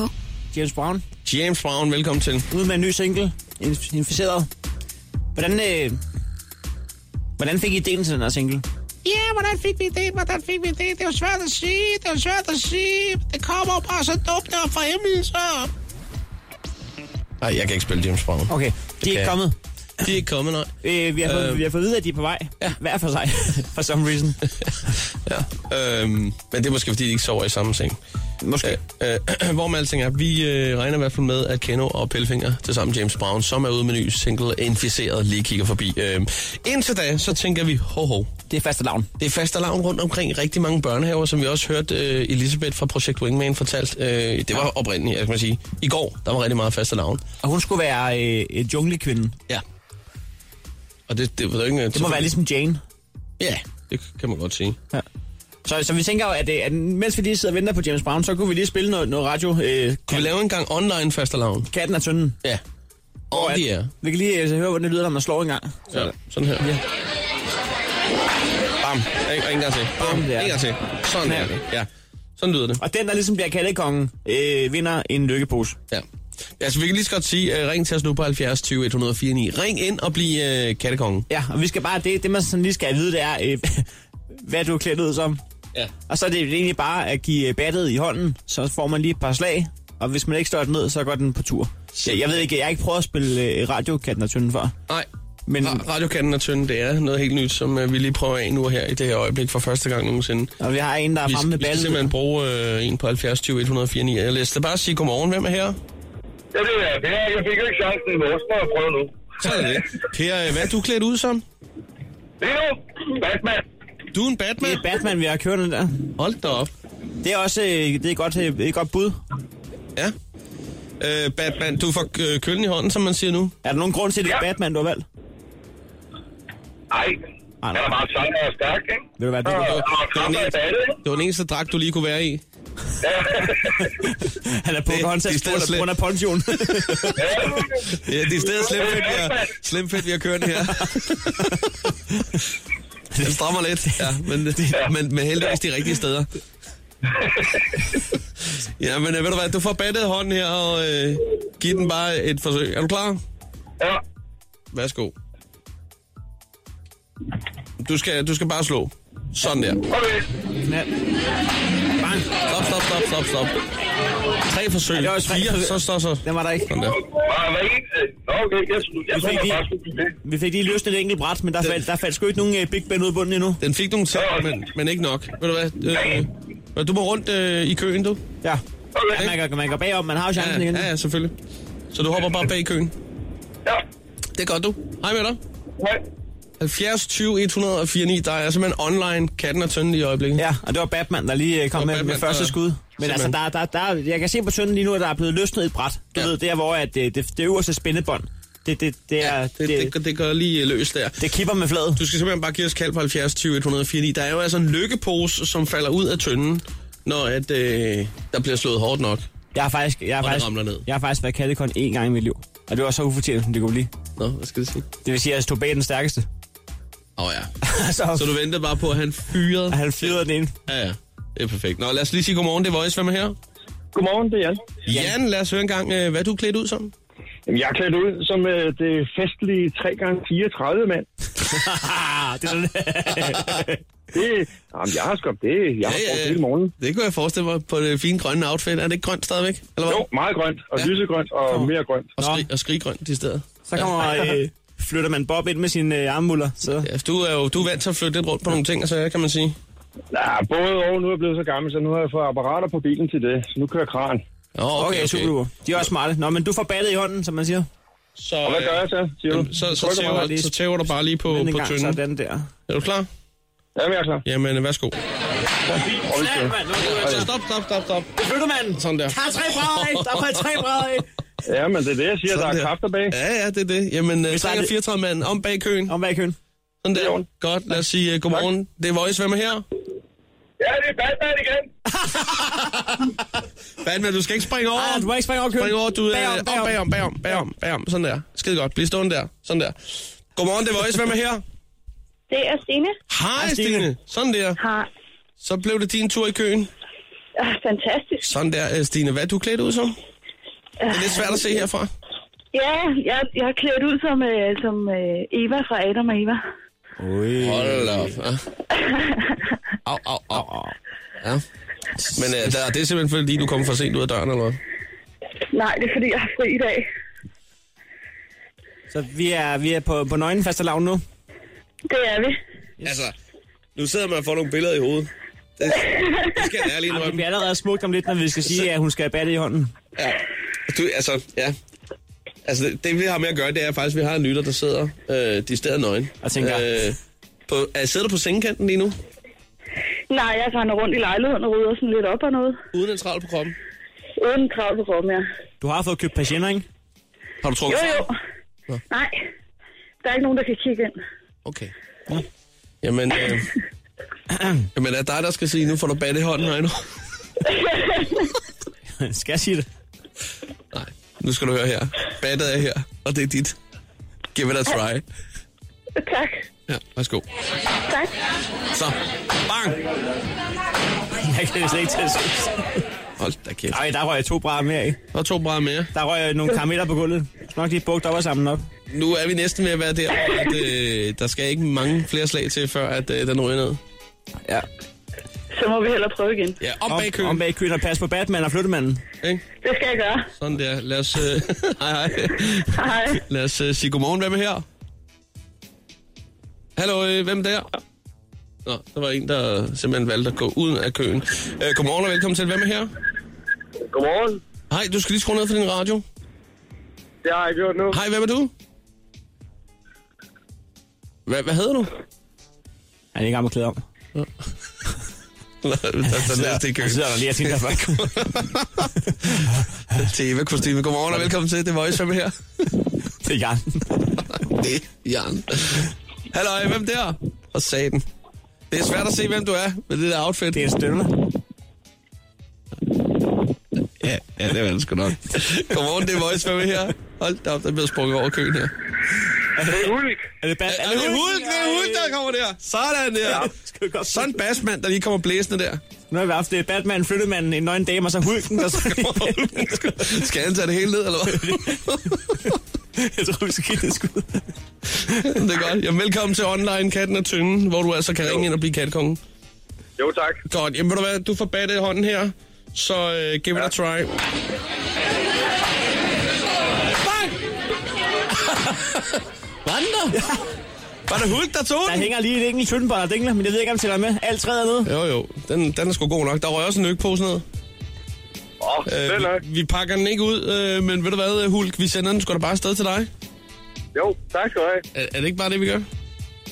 [SPEAKER 4] James Brown,
[SPEAKER 3] James Brown, velkommen til.
[SPEAKER 4] ude med en ny single, Inf- Inficeret. Hvordan, øh, hvordan fik I ideen til den her single?
[SPEAKER 13] Ja, hvordan fik vi det? Hvordan fik vi det? Det er jo svært at sige. Det er jo svært at sige. Det kommer jo bare så dumt der fra himlen, så...
[SPEAKER 3] Nej, jeg kan ikke spille James Brown.
[SPEAKER 4] Okay, de er
[SPEAKER 3] kan
[SPEAKER 4] ikke
[SPEAKER 3] jeg.
[SPEAKER 4] kommet.
[SPEAKER 3] De er ikke kommet, nej.
[SPEAKER 4] Øh, vi, har fået,
[SPEAKER 3] Øh.
[SPEAKER 4] vi har fået at vide, at de er på vej. Ja. Hver for sig, for some reason.
[SPEAKER 3] Øhm, men det er måske, fordi de ikke sover i samme seng.
[SPEAKER 4] Måske.
[SPEAKER 3] Øh, øh, hvor med alting er, vi øh, regner i hvert fald med, at Keno og Pelfinger, til sammen James Brown, som er ude med ny single, inficeret, lige kigger forbi. Øh, indtil da, så tænker vi, ho ho.
[SPEAKER 4] Det er faste lavn.
[SPEAKER 3] Det er fastelavn rundt omkring i rigtig mange børnehaver, som vi også hørte øh, Elisabeth fra Project Wingman fortalt. Øh, det var oprindeligt, jeg kan man sige. I går, der var rigtig meget fastelavn.
[SPEAKER 4] Og hun skulle være øh, øh, junglekvinden.
[SPEAKER 3] Ja. Og det, det, var jo ikke...
[SPEAKER 4] Det må være ligesom Jane.
[SPEAKER 3] Ja, det kan man godt sige.
[SPEAKER 4] Så, så vi tænker jo, at, øh, at mens vi lige sidder og venter på James Brown, så kunne vi lige spille noget, noget radio. Øh,
[SPEAKER 3] Kan vi lave en gang online fastelavn?
[SPEAKER 4] Katten og tønden.
[SPEAKER 3] Ja.
[SPEAKER 4] Hvor
[SPEAKER 3] Og
[SPEAKER 4] er
[SPEAKER 3] det er.
[SPEAKER 4] Vi kan lige øh, høre, hvordan det lyder, når man slår en gang.
[SPEAKER 3] Ja, sådan her. Ja. Bam. En, og en gang til. Bam.
[SPEAKER 4] Bam, ja.
[SPEAKER 3] En gang til. Sådan her. Ja. Sådan lyder det.
[SPEAKER 4] Og den, der ligesom bliver kattekongen, øh, vinder en lykkepose.
[SPEAKER 3] Ja. Altså, vi kan lige så godt sige, uh, ring til os nu på 70 20 104 9. Ring ind og bliv uh, kattekongen.
[SPEAKER 4] Ja, og vi skal bare, det, det man sådan lige skal vide, det er, øh, hvad du er klædt ud som.
[SPEAKER 3] Ja.
[SPEAKER 4] Og så er det egentlig bare at give øh, battet i hånden, så får man lige et par slag, og hvis man ikke står den ned, så går den på tur. Jeg, jeg ved ikke, jeg har ikke prøvet at spille øh, radiokatten og tynden før.
[SPEAKER 3] Nej.
[SPEAKER 4] Men-
[SPEAKER 3] Men... Ra- radiokatten og tynden, det er noget helt nyt, som uh, vi lige prøver af nu her i det her øjeblik for første gang nogensinde.
[SPEAKER 4] Og vi har en, der er
[SPEAKER 3] vi,
[SPEAKER 4] fremme med
[SPEAKER 3] vi skal
[SPEAKER 4] ballen.
[SPEAKER 3] simpelthen bruge uh, en på 70 20 104 9. Jeg læste bare sige godmorgen. Hvem er her?
[SPEAKER 14] Jeg blev af Per. Jeg fik jo ikke chancen i morges, når jeg prøver nu.
[SPEAKER 3] Så er det det. Per, øh, hvad er du klædt ud som?
[SPEAKER 14] Det er jo Batman.
[SPEAKER 3] Du er en Batman?
[SPEAKER 4] Det er Batman, vi har kørende der.
[SPEAKER 3] Hold da op.
[SPEAKER 4] Det er også øh, det er et godt, øh, et godt bud.
[SPEAKER 3] Ja. Øh, Batman, du får øh, køllen i hånden, som man siger nu.
[SPEAKER 4] Er der nogen grund til, at det er
[SPEAKER 14] Ja.
[SPEAKER 4] Batman, du har valgt?
[SPEAKER 14] Nej.
[SPEAKER 4] nej.
[SPEAKER 14] Han er meget sej og stærk, ikke?
[SPEAKER 4] Ved du hvad, det-
[SPEAKER 14] Og-
[SPEAKER 4] det-
[SPEAKER 14] og kramper i battet, ikke?
[SPEAKER 3] Det var den eneste dragt, du lige kunne være i.
[SPEAKER 4] Han er på
[SPEAKER 3] Det-
[SPEAKER 4] håndtag
[SPEAKER 3] det er stadig
[SPEAKER 4] på
[SPEAKER 3] slet-
[SPEAKER 4] grund af pension.
[SPEAKER 3] Ja, det er stadig slemt fedt, vi har, slemt fedt, vi har kørt her. Den strammer lidt, ja, men, men, men heldigvis de rigtige steder. Ja, men øh, ved du hvad, du får battet hånden her, og øh, giv den bare et forsøg. Er du klar?
[SPEAKER 14] Ja.
[SPEAKER 3] Værsgo. Du skal, du skal bare slå. Sådan der.
[SPEAKER 4] Ja.
[SPEAKER 3] Bang. Stop, stop, stop, stop, stop. Tre forsøg. Ja, det var fire. Så, så, så.
[SPEAKER 4] Den var der ikke.
[SPEAKER 3] Sådan der.
[SPEAKER 14] Bare hver en... øh, Nå, okay, jeg, jeg, jeg
[SPEAKER 4] Vi
[SPEAKER 14] tror,
[SPEAKER 4] fik
[SPEAKER 14] jeg
[SPEAKER 4] lige-
[SPEAKER 14] bare skulle blive det.
[SPEAKER 4] Vi fik lige løsnet et enkelt bræt, men der faldt, der faldt sgu ikke nogen øh, Big Ben ud af bunden endnu.
[SPEAKER 3] Den fik nogle tag, men, men ikke nok. Ved du hvad? Øh, øh, du må rundt øh, i køen, du.
[SPEAKER 4] Ja. Man går, man går bagom, man har jo chancen
[SPEAKER 3] ja,
[SPEAKER 4] igen.
[SPEAKER 3] ja, ja, selvfølgelig. Så du hopper bare bag i køen?
[SPEAKER 14] Ja.
[SPEAKER 3] Det er godt, du. Hej med dig.
[SPEAKER 14] Hej.
[SPEAKER 3] 70 20 104 9. Der er simpelthen online katten og tønden i øjeblikket.
[SPEAKER 4] Ja, og det var Batman, der lige øh, kom
[SPEAKER 3] Det var
[SPEAKER 4] med, med
[SPEAKER 3] Batman,
[SPEAKER 4] første
[SPEAKER 3] der-
[SPEAKER 4] skud. Men
[SPEAKER 3] Simpelthen.
[SPEAKER 4] altså, der, der, der, jeg kan se på tønden lige nu, at der er blevet løsnet et bræt. Du ja. ved, der hvor at, øh, det, det, det øverste spændebånd, det, det, det er... Ja,
[SPEAKER 3] Det, det, det, det går lige øh, løs der.
[SPEAKER 4] Det kipper med fladet.
[SPEAKER 3] Du skal simpelthen bare give os kald på 70 20 104 9. Der er jo altså en lykkepose, som falder ud af tønden, når at, øh, der bliver slået hårdt nok.
[SPEAKER 4] Jeg har faktisk, jeg har
[SPEAKER 3] Og det
[SPEAKER 4] faktisk,
[SPEAKER 3] ramler ned.
[SPEAKER 4] jeg har faktisk været kattekon én gang i mit liv. Og det var så ufortjent, som det kunne blive.
[SPEAKER 3] Nå, hvad skal det sige?
[SPEAKER 4] Det vil sige, at jeg stod bag den stærkeste.
[SPEAKER 3] Åh oh, ja.
[SPEAKER 4] så,
[SPEAKER 3] Så du ventede bare på, at han fyrede?
[SPEAKER 4] Han fyrede den ind.
[SPEAKER 3] Ja, ja. Det er perfekt. Nå, lad os lige sige godmorgen. Det er Voice. Hvem er her?
[SPEAKER 15] Godmorgen, det er Jan.
[SPEAKER 3] Jan, lad os høre en gang, øh, hvad du er klædt ud som.
[SPEAKER 15] Jamen, jeg er klædt ud som øh, det festlige 3x34 mand.
[SPEAKER 4] det er sådan.
[SPEAKER 15] det, jamen, jeg har skabt det. Jeg har
[SPEAKER 3] Ja, ja,
[SPEAKER 15] brugt
[SPEAKER 3] ja.
[SPEAKER 15] hele morgenen.
[SPEAKER 3] Det kunne jeg forestille mig på det fine grønne outfit. Er det ikke grønt stadigvæk? Eller hvad?
[SPEAKER 15] Jo, meget grønt, og ja. lysegrønt, og mere grønt.
[SPEAKER 3] Og, skrig, og skriggrønt i stedet.
[SPEAKER 4] Så kommer, øh, flytter man Bob ind med sine øh, armmuller. Så.
[SPEAKER 3] Ja, du er jo du er vant til at flytte lidt rundt på nogle ting, og så kan man sige.
[SPEAKER 15] Ja, både og nu er jeg blevet så gammel, så nu har jeg fået apparater på bilen til det. Så nu kører kran.
[SPEAKER 4] Okay, okay, super duper. De er også smarte. Nå, men du får ballet i hånden, som man siger.
[SPEAKER 3] Så,
[SPEAKER 15] Og hvad gør jeg så, siger du?
[SPEAKER 3] Jamen, så, så,
[SPEAKER 15] Trykker
[SPEAKER 3] tæver,
[SPEAKER 15] bare lige.
[SPEAKER 3] så tæver du bare lige på,
[SPEAKER 4] Vend en
[SPEAKER 3] på
[SPEAKER 4] gang,
[SPEAKER 3] tynden.
[SPEAKER 4] sådan der.
[SPEAKER 3] Er du klar?
[SPEAKER 15] Jamen, jeg er klar.
[SPEAKER 3] Jamen, øh, værsgo.
[SPEAKER 4] Snap, mand! Nu er det jo
[SPEAKER 3] Stop, stop, stop, stop.
[SPEAKER 4] Det flytter man!
[SPEAKER 3] Sådan der.
[SPEAKER 4] Der er tre brædder af! Der er faktisk tre brædder af!
[SPEAKER 15] Ja, men det er det, jeg siger.
[SPEAKER 3] Sådan
[SPEAKER 15] der er kræfter bag.
[SPEAKER 3] Ja, ja, det er det. Jamen, øh,
[SPEAKER 4] Hvis der er
[SPEAKER 3] 3
[SPEAKER 4] det-
[SPEAKER 3] 34 mand om bag køen.
[SPEAKER 4] Om bag køen.
[SPEAKER 3] Sådan der. Godt, lad os sige uh, godmorgen. Det er Voice, hvem er her?
[SPEAKER 14] Ja, det er Batman igen.
[SPEAKER 3] Batman, du skal ikke springe over.
[SPEAKER 4] Ej, Ah, du må ikke springe over køen.
[SPEAKER 3] Spring over, du øh, er
[SPEAKER 4] Bagom,
[SPEAKER 3] bagom, bagom, bagom, bagom, bagom, bagom. Sådan der. Skide godt. Bliv stående der. Sådan der. Godmorgen, det er Voice, hvem er her?
[SPEAKER 7] Det er Stine.
[SPEAKER 3] Hej, Stine. Sådan der.
[SPEAKER 7] Har...
[SPEAKER 3] Så blev det din tur i køen.
[SPEAKER 7] Ah, fantastisk.
[SPEAKER 3] Sådan der, øh, Stine. Hvad er du klædt ud som? Det er lidt svært at se herfra.
[SPEAKER 7] Ja, jeg, jeg er klædt ud som, øh, som øh, Eva fra Adam og Eva.
[SPEAKER 4] Ui.
[SPEAKER 3] Hold op. Ja. Au, au, au, au. Ja. Men øh, der, det er simpelthen fordi, du kom for sent ud af døren, eller hvad?
[SPEAKER 7] Nej, det er fordi, jeg har fri i dag.
[SPEAKER 4] Så vi er, vi er på, på nøglen faste lavn nu.
[SPEAKER 7] Det er vi.
[SPEAKER 3] Altså, nu sidder man og får nogle billeder i hovedet. Det, det skal jeg ærligt
[SPEAKER 4] Ej, det
[SPEAKER 3] indrømme.
[SPEAKER 4] bliver allerede smukt om lidt, når vi skal sige, at hun skal have batte i hånden.
[SPEAKER 3] Ja. Du, altså, ja. Altså, det, det vi har med at gøre, det er faktisk, at vi har en lytter, der sidder øh, de steder nøgen.
[SPEAKER 4] Og tænker-
[SPEAKER 3] Øh, på, er, sidder du på sengekanten lige nu?
[SPEAKER 7] Nej, jeg render rundt i lejligheden og rydder sådan lidt op og noget.
[SPEAKER 3] Uden en travl på kroppen?
[SPEAKER 7] Uden travl på kroppen, ja.
[SPEAKER 4] Du har fået købt patienter, ikke?
[SPEAKER 3] Har du trukket
[SPEAKER 7] Jo,
[SPEAKER 3] fra?
[SPEAKER 7] jo. Nej, der er ikke nogen, der kan kigge ind.
[SPEAKER 3] Okay. Ja. Jamen, øh, jamen, er det dig, der skal sige, nu får du bat i hånden her nu?
[SPEAKER 4] skal jeg sige det?
[SPEAKER 3] Nej, nu skal du høre her. Battet er her, og det er dit. Give it a try.
[SPEAKER 7] tak,
[SPEAKER 3] Ja, værsgo.
[SPEAKER 7] tak.
[SPEAKER 3] Så, bang!
[SPEAKER 4] Jeg kan det slet ikke til at se.
[SPEAKER 3] Hold da kæft.
[SPEAKER 4] Ej, der røg jeg to brædder mere af.
[SPEAKER 3] Der er to brædder mere.
[SPEAKER 4] Der røg jeg nogle karameller på gulvet. Jeg skal nok lige bukke op og samle op.
[SPEAKER 3] Nu er vi næsten ved at være der, hvor at, øh, der skal ikke mange flere slag til, før at, øh, den ryger ned.
[SPEAKER 4] Ja.
[SPEAKER 7] Så må vi hellere prøve igen.
[SPEAKER 3] Ja, om bag køen.
[SPEAKER 4] Om bag køen og pas på Batman og flyttemanden.
[SPEAKER 3] Ikke?
[SPEAKER 7] Det skal jeg gøre.
[SPEAKER 3] Sådan der. Lad os, øh, hej, hej.
[SPEAKER 7] Hej.
[SPEAKER 3] Lad os øh, sige godmorgen. Hvem er her? Hallo, øh, hvem der? Nå, der var en, der simpelthen valgte at gå ud af køen. Øh, godmorgen og velkommen til. Hvem er her?
[SPEAKER 14] Godmorgen.
[SPEAKER 3] Hej, du skal lige skrue ned for din radio.
[SPEAKER 14] Det har jeg gjort nu.
[SPEAKER 3] Hej, hvem er du? Hvad, hvad hedder du?
[SPEAKER 4] Han er ikke gammel klæde om.
[SPEAKER 3] Der, der, der, der, der,
[SPEAKER 4] Han sidder der lige og tænker, hvad
[SPEAKER 3] til Eva Kostyme. Godmorgen og velkommen til. Det er Voice, hvem er her?
[SPEAKER 4] det er Jan.
[SPEAKER 3] Det er Jan. Hallo, hvem der? Og satan. Det er svært at se, hvem du er med det der outfit.
[SPEAKER 4] Det er en støvle.
[SPEAKER 3] Ja, ja det var det sgu nok. Godmorgen, det er Voice, hvem er her? Hold da op, der bliver sprunget over køen her.
[SPEAKER 14] Det er Ulrik.
[SPEAKER 4] Er det, Bat-
[SPEAKER 3] Er det Hulk? Det er Hulk, der kommer der. Sådan der.
[SPEAKER 4] Skal vi godt
[SPEAKER 3] Sådan en basmand, der lige kommer blæsende der.
[SPEAKER 4] Nu har vi haft øh, Batman, flyttemanden, en nøgen dame og så hulken. Og så...
[SPEAKER 3] Skal han tage det hele ned, eller hvad?
[SPEAKER 4] jeg tror, vi skal give det et skud.
[SPEAKER 3] det er godt. Jamen, velkommen til online Katten og Tynden, hvor du altså kan ringe ind og blive katkongen.
[SPEAKER 14] Jo, tak.
[SPEAKER 3] Godt. Jamen, ved du hvad? Du får battet i hånden her, så uh, give it a try.
[SPEAKER 1] Fuck!
[SPEAKER 3] Var den der? Var det Hulk, der tog
[SPEAKER 4] den? Der hænger lige et enkelt tyndbånd og dingler, men jeg ved ikke, om til dig med. Alt træet er nede.
[SPEAKER 3] Jo, jo. Den, den er sgu god nok. Der røg også en økpose ned.
[SPEAKER 14] Åh,
[SPEAKER 3] øh, vi, vi pakker den ikke ud, øh, men ved du hvad, Hulk? Vi sender den sgu da bare afsted til dig.
[SPEAKER 14] Jo, tak skal du have.
[SPEAKER 3] Er, er det ikke bare det, vi gør?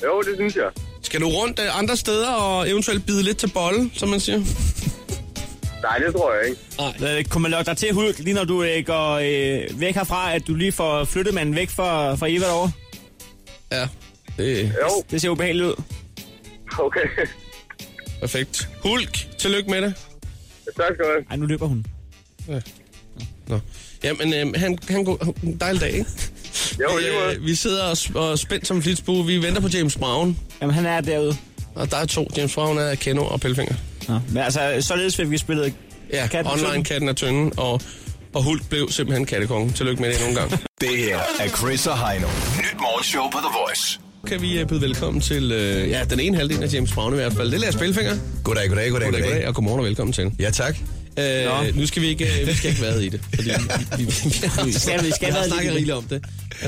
[SPEAKER 14] Jo, det synes jeg.
[SPEAKER 3] Skal du rundt øh, andre steder og eventuelt bide lidt til bolle, som man siger?
[SPEAKER 14] Nej, det tror jeg ikke.
[SPEAKER 4] Nej. Kunne man lukke dig til, Hulk, lige når du øh, går øh, væk herfra, at du lige får flyttet manden væk fra, fra Eva derovre?
[SPEAKER 3] Ja. Det,
[SPEAKER 14] jo.
[SPEAKER 4] det ser ubehageligt ud.
[SPEAKER 14] Okay.
[SPEAKER 3] Perfekt. Hulk, tillykke med det.
[SPEAKER 14] Tak skal du have.
[SPEAKER 4] Ej, nu løber hun.
[SPEAKER 3] Ja. Nå. Jamen, øh, han, han går... en Dejlig dag, ikke? Øh,
[SPEAKER 14] Jo, lige måde.
[SPEAKER 3] vi sidder og, s- og er spændt som en flitsbue. Vi venter på James Brown.
[SPEAKER 4] Jamen, han er derude.
[SPEAKER 3] Og der er to. James Brown er Keno og Pelfinger.
[SPEAKER 4] Nå. Men altså, således fik vi spillet
[SPEAKER 3] Ja,
[SPEAKER 4] Katten
[SPEAKER 3] katten
[SPEAKER 4] er
[SPEAKER 3] online
[SPEAKER 4] tynden.
[SPEAKER 3] katten er tynden, og, og Hulk blev simpelthen kattekongen. Tillykke med det nogle gange.
[SPEAKER 8] Det her er Chris og Heino. Nyt morgenshow på The Voice.
[SPEAKER 3] kan vi øh, byde velkommen til øh, ja, den ene halvdel af James Brown i hvert fald. Det er Lars Pelfinger.
[SPEAKER 16] Goddag, goddag, goddag,
[SPEAKER 3] goddag,
[SPEAKER 16] goddag.
[SPEAKER 3] goddag. Og godmorgen og velkommen til.
[SPEAKER 16] Ja, tak.
[SPEAKER 3] Øh, nu skal vi ikke, øh, vi skal ikke være i det, fordi vi, vi, vi, vi,
[SPEAKER 4] skal- vi skal
[SPEAKER 3] vi har
[SPEAKER 4] være
[SPEAKER 3] snakket
[SPEAKER 4] lidt i
[SPEAKER 3] rigeligt om det.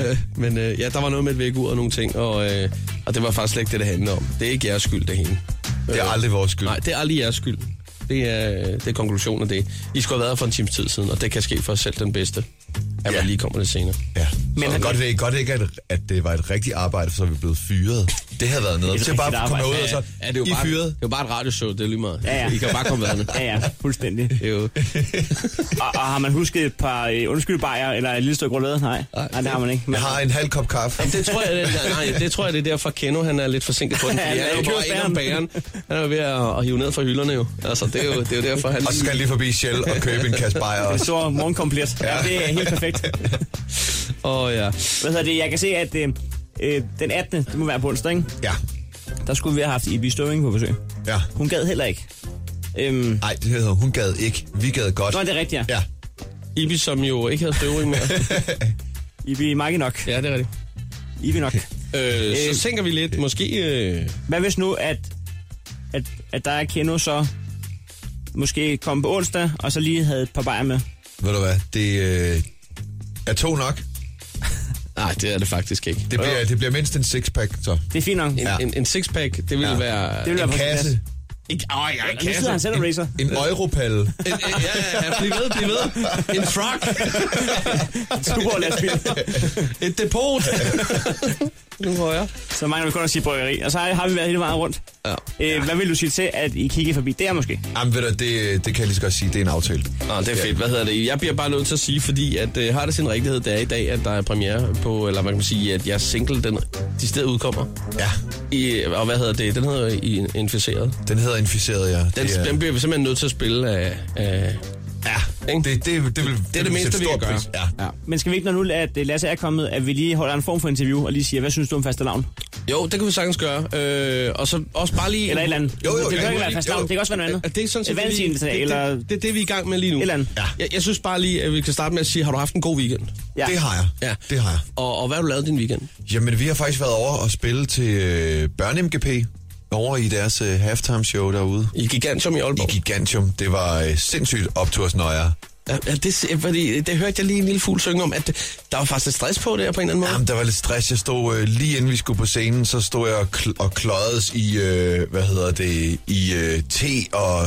[SPEAKER 3] Øh, men øh, ja, der var noget med et vægur og nogle ting, og, øh, og det var faktisk slet ikke det, det handlede om. Det er ikke jeres skyld, det hele.
[SPEAKER 16] Det er aldrig vores skyld.
[SPEAKER 3] Øh, Nej, det er aldrig jeres skyld. Det er, det er konklusionen af det. I skulle have været her for en times tid siden, og det kan ske for os selv den bedste, at ja. man lige kommer lidt senere.
[SPEAKER 16] Ja. Men han... godt, ved, godt ikke, at, at det var et rigtigt arbejde, for så er vi blevet fyret. Det havde været noget. Til bare at komme ud og så,
[SPEAKER 3] Ja, det er jo
[SPEAKER 16] I
[SPEAKER 3] bare,
[SPEAKER 16] fyret.
[SPEAKER 3] Det er jo bare et radioshow, det er lige meget.
[SPEAKER 4] Ja, ja.
[SPEAKER 3] I kan bare komme værende.
[SPEAKER 4] Ja, ja, fuldstændig.
[SPEAKER 3] Det er jo.
[SPEAKER 4] og, og, har man husket et par øh, undskyldbajer eller et lille stykke roulade? Nej, Nej, det har man ikke. Men...
[SPEAKER 16] Jeg har en halv kop kaffe.
[SPEAKER 3] Det tror jeg, det, nej, det tror jeg, det er derfor Keno, han er lidt forsinket på den. fordi
[SPEAKER 16] Ja,
[SPEAKER 3] Han er jo
[SPEAKER 16] han kører
[SPEAKER 3] bare inde om
[SPEAKER 16] bæren.
[SPEAKER 3] bageren. Han er jo ved at, at hive ned fra hylderne jo. Altså, det er jo, det er jo derfor, han...
[SPEAKER 16] Og så skal han lige forbi Shell og købe en kasse bajer
[SPEAKER 4] En
[SPEAKER 16] også.
[SPEAKER 4] stor morgenkomplet. Ja. ja, det er helt perfekt.
[SPEAKER 3] Åh, oh, ja.
[SPEAKER 4] Hvad hedder det? Jeg kan se, at øh, øh, den 18. det må være på onsdag, ikke?
[SPEAKER 16] Ja.
[SPEAKER 4] Der skulle vi have haft Ibi Støving på besøg.
[SPEAKER 16] Ja.
[SPEAKER 4] Hun gad heller ikke. Øhm...
[SPEAKER 16] Nej, det hedder hun gad ikke. Vi gad godt.
[SPEAKER 4] Nå, det er rigtigt, ja.
[SPEAKER 16] ja.
[SPEAKER 3] Ibi, som jo ikke havde støvring mere.
[SPEAKER 4] Ibi Maggi nok.
[SPEAKER 3] Ja, det er rigtigt.
[SPEAKER 4] Ibi nok.
[SPEAKER 3] Øh, så tænker vi lidt, måske... Øh,
[SPEAKER 4] Hvad hvis nu, at, at, at der er Keno så måske kom på onsdag, og så lige havde et par bajer med?
[SPEAKER 16] Ved du hvad, det øh, er to nok.
[SPEAKER 3] Nej, det er det faktisk ikke. Øh,
[SPEAKER 16] Det bliver, det bliver mindst en sixpack, så.
[SPEAKER 4] Det er fint nok.
[SPEAKER 3] en, en, en sixpack, det ville
[SPEAKER 16] Ja.
[SPEAKER 3] være...
[SPEAKER 16] Det ville være En på sin kasse. plads.
[SPEAKER 3] Ikke, åh, oh, ja, en
[SPEAKER 4] Nu sidder han
[SPEAKER 3] kasse.
[SPEAKER 4] selv og racer.
[SPEAKER 16] En europalle.
[SPEAKER 3] En, en, ja, ja, ja, bliv ved, bliv ved. En truck.
[SPEAKER 4] En superlastbil.
[SPEAKER 3] Et depot. nu højere.
[SPEAKER 4] Så mangler vi kun at sige bryggeri, og så har har vi været hele vejen rundt.
[SPEAKER 3] Ja.
[SPEAKER 4] Øh, hvad vil du sige til, at I kiggede forbi der måske?
[SPEAKER 16] Jamen ved du, det, det kan jeg lige så godt sige, det er en aftale.
[SPEAKER 3] Nå, det er fedt. Hvad hedder det? Jeg bliver bare nødt til at sige, fordi at, øh, har det sin rigtighed, det er i dag, at der er premiere på, eller man kan sige, at jeres single, den de steder udkommer.
[SPEAKER 16] Ja.
[SPEAKER 3] I, øh, og hvad hedder det? Den hedder I, Inficeret.
[SPEAKER 16] Den hedder Inficeret, ja.
[SPEAKER 3] Den,
[SPEAKER 16] Det er-
[SPEAKER 3] den bliver vi simpelthen nødt til at spille af... af ja, ikke?
[SPEAKER 16] Det, det, det, vil,
[SPEAKER 3] det er det mindste, vi kan gøre.
[SPEAKER 16] Ja.
[SPEAKER 4] Ja. Men skal vi ikke, når nu at øh, Lasse er kommet, at vi lige holder en form for interview, og lige siger, hvad synes du om faste lavn?
[SPEAKER 3] Jo, det kan vi sagtens gøre. Øh, og så også bare lige...
[SPEAKER 4] Eller et eller andet.
[SPEAKER 3] Jo, jo,
[SPEAKER 4] Det
[SPEAKER 3] ja,
[SPEAKER 4] kan ikke være
[SPEAKER 3] lige-
[SPEAKER 4] fastelavn,
[SPEAKER 3] jo.
[SPEAKER 4] det kan også være noget andet.
[SPEAKER 3] Er Det er sådan set...
[SPEAKER 4] Et valentinsdag,
[SPEAKER 3] det- det-
[SPEAKER 4] eller-
[SPEAKER 3] Det det er det, vi er i gang med lige nu.
[SPEAKER 4] Et eller andet.
[SPEAKER 3] Ja. Jeg, jeg synes bare lige, at vi kan starte med at sige, har du haft en god weekend?
[SPEAKER 4] Ja.
[SPEAKER 16] Det har jeg.
[SPEAKER 3] Ja.
[SPEAKER 16] Det har jeg.
[SPEAKER 3] Og, og hvad har du lavet din weekend?
[SPEAKER 16] Jamen, vi har faktisk været over og spille til øh, børne-MGP over i deres øh, halftime-show derude.
[SPEAKER 3] I Gigantium i Aalborg?
[SPEAKER 16] I Gigantium. Det var øh, sindssygt optursnøjer.
[SPEAKER 3] Ja, ja, det, se- fordi det hørte jeg lige en lille fugl synge om, at det- der var faktisk lidt stress på det på en eller anden måde.
[SPEAKER 16] Jamen, der var lidt stress. Jeg stod øh, lige inden vi skulle på scenen, så stod jeg og, kl- og kløjedes i, øh, hvad hedder det, i øh, te, og,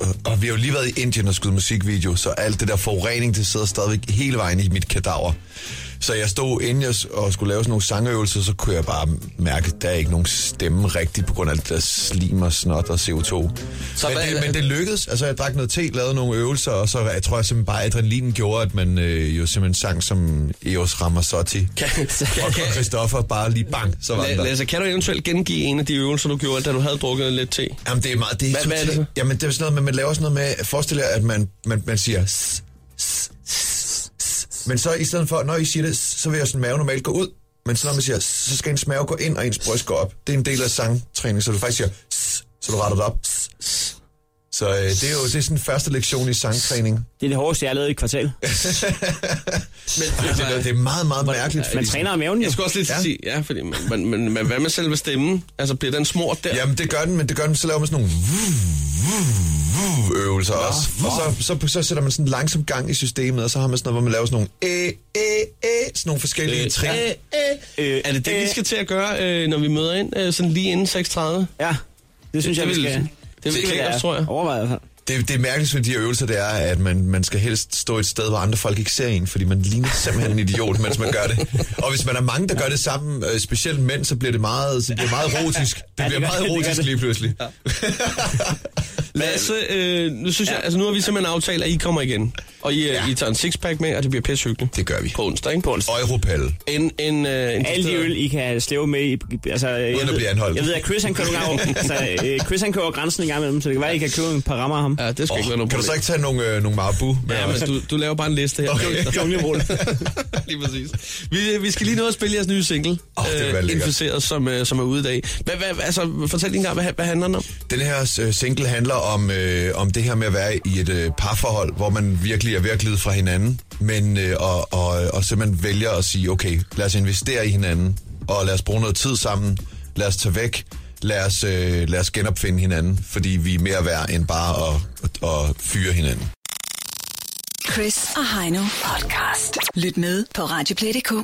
[SPEAKER 16] og, og vi har jo lige været i Indien og skudt musikvideo, så alt det der forurening, det sidder stadigvæk hele vejen i mit kadaver. Så jeg stod inden jeg s- og skulle lave sådan nogle sangøvelser, så kunne jeg bare mærke, at der er ikke nogen stemme rigtigt på grund af alt det der slim og snot og CO2. Så men,
[SPEAKER 3] hvad-
[SPEAKER 16] det, men det lykkedes. Altså, jeg drak noget te, lavede nogle øvelser, og så jeg tror jeg simpelthen bare, at adrenalinen gjorde, at man øh, jo simpelthen sang som Eos Ramazzotti.
[SPEAKER 3] Kan, så,
[SPEAKER 16] Og
[SPEAKER 3] kan,
[SPEAKER 16] Christoffer bare lige bang, så var den
[SPEAKER 3] La-
[SPEAKER 16] der.
[SPEAKER 3] Lasse, kan du eventuelt gengive en af de øvelser, du gjorde, da du havde drukket lidt te?
[SPEAKER 16] Jamen, det er meget... Det er
[SPEAKER 3] Hvad- hvad er det så?
[SPEAKER 16] totalt- Jamen, det er sådan noget, men man laver sådan noget med... Forestil jer, at man, man, man siger... S, s, s, s. Men så i stedet for, når I siger det, så vil jeg sådan mave normalt gå ud. Men så når man siger, s, så skal ens mave gå ind, og ens bryst gå op. Det er en del af sangtræning, så du faktisk siger, s, så du retter det op. S, s, Så øh, det er jo det er sådan første lektion i sangtræning.
[SPEAKER 4] Det er det hårdeste, jeg har lavet i et kvartal.
[SPEAKER 16] Men, det, er, det er meget, meget mærkeligt.
[SPEAKER 3] fordi- Jeg skulle også lidt ja. sige, ja, fordi, men, men, men, men hvad med selve stemmen? Altså, bliver den smurt der?
[SPEAKER 16] Jamen, det gør den, men det gør den, så laver man sådan nogle øvelser Nå, også. Og så, så, så, så sætter man sådan langsom gang i systemet, og så har man sådan noget, hvor man laver sådan nogle æ, æ, æ, sådan nogle forskellige
[SPEAKER 3] Øh,
[SPEAKER 16] trin.
[SPEAKER 3] æ, Øh, er det det, vi skal til at gøre, øh, når vi møder ind, øh, sådan lige inden 6.30?
[SPEAKER 4] Ja, det synes jeg, vi
[SPEAKER 3] vil-
[SPEAKER 4] skal- altså.
[SPEAKER 3] Det vil klæde os, tror jeg. Altså,
[SPEAKER 4] Overvejet
[SPEAKER 16] det, det mærkeligste ved de her øvelser, det er, at man, man skal helst stå et sted, hvor andre folk ikke ser en, fordi man ligner simpelthen en idiot, mens man gør det. Og hvis man er mange, der gør det sammen, øh, specielt mænd, så bliver det meget, så bliver det meget erotisk. Det
[SPEAKER 3] Ja, det
[SPEAKER 16] bliver
[SPEAKER 3] gør det,
[SPEAKER 16] meget
[SPEAKER 3] det gør
[SPEAKER 16] erotisk
[SPEAKER 3] det.
[SPEAKER 16] lige pludselig.
[SPEAKER 3] Lasse, øh, nu synes jeg, altså nu har vi simpelthen aftalt, at I kommer igen. Og I, ja. I tager en sixpack med, og det bliver pissehyggeligt.
[SPEAKER 16] Det gør vi.
[SPEAKER 3] På onsdag, ikke? På onsdag.
[SPEAKER 16] Og Europal.
[SPEAKER 3] En, en, øh, en
[SPEAKER 4] Alle de øl, I kan slæve med. I, altså, jeg
[SPEAKER 3] at
[SPEAKER 4] ved-
[SPEAKER 3] blive anholdt.
[SPEAKER 4] Jeg ved, at Chris han kører, nogle gange, altså, øh, Chris, han kører grænsen en gang imellem, så det kan være, at I kan købe en par rammer af ham.
[SPEAKER 3] Ja, det skal oh, ikke være noget
[SPEAKER 16] Kan du så ikke tage nogle, øh, nogle marabu? med
[SPEAKER 3] Ja,
[SPEAKER 16] os?
[SPEAKER 3] men du, du laver bare en liste her.
[SPEAKER 16] Okay.
[SPEAKER 3] Junglerulle. lige præcis. Vi, vi skal lige nå at spille jeres nye single, oh,
[SPEAKER 16] det var lækkert.
[SPEAKER 3] Inficeret, som, øh, som er ude i dag. Hvad, hvad, altså, fortæl lige en gang, hvad, hvad handler den om?
[SPEAKER 16] Den her øh, single handler om, øh, om det her med at være i et øh, parforhold, hvor man virkelig er ved at glide fra hinanden, men, øh, og, og, og simpelthen vælger at sige, okay, lad os investere i hinanden, og lad os bruge noget tid sammen, lad os tage væk, lad os, øh, lad os genopfinde hinanden, fordi vi er mere værd end bare at, at, at fyre hinanden.
[SPEAKER 2] Chris og Heino podcast. Lyt med på Radioplay.dk.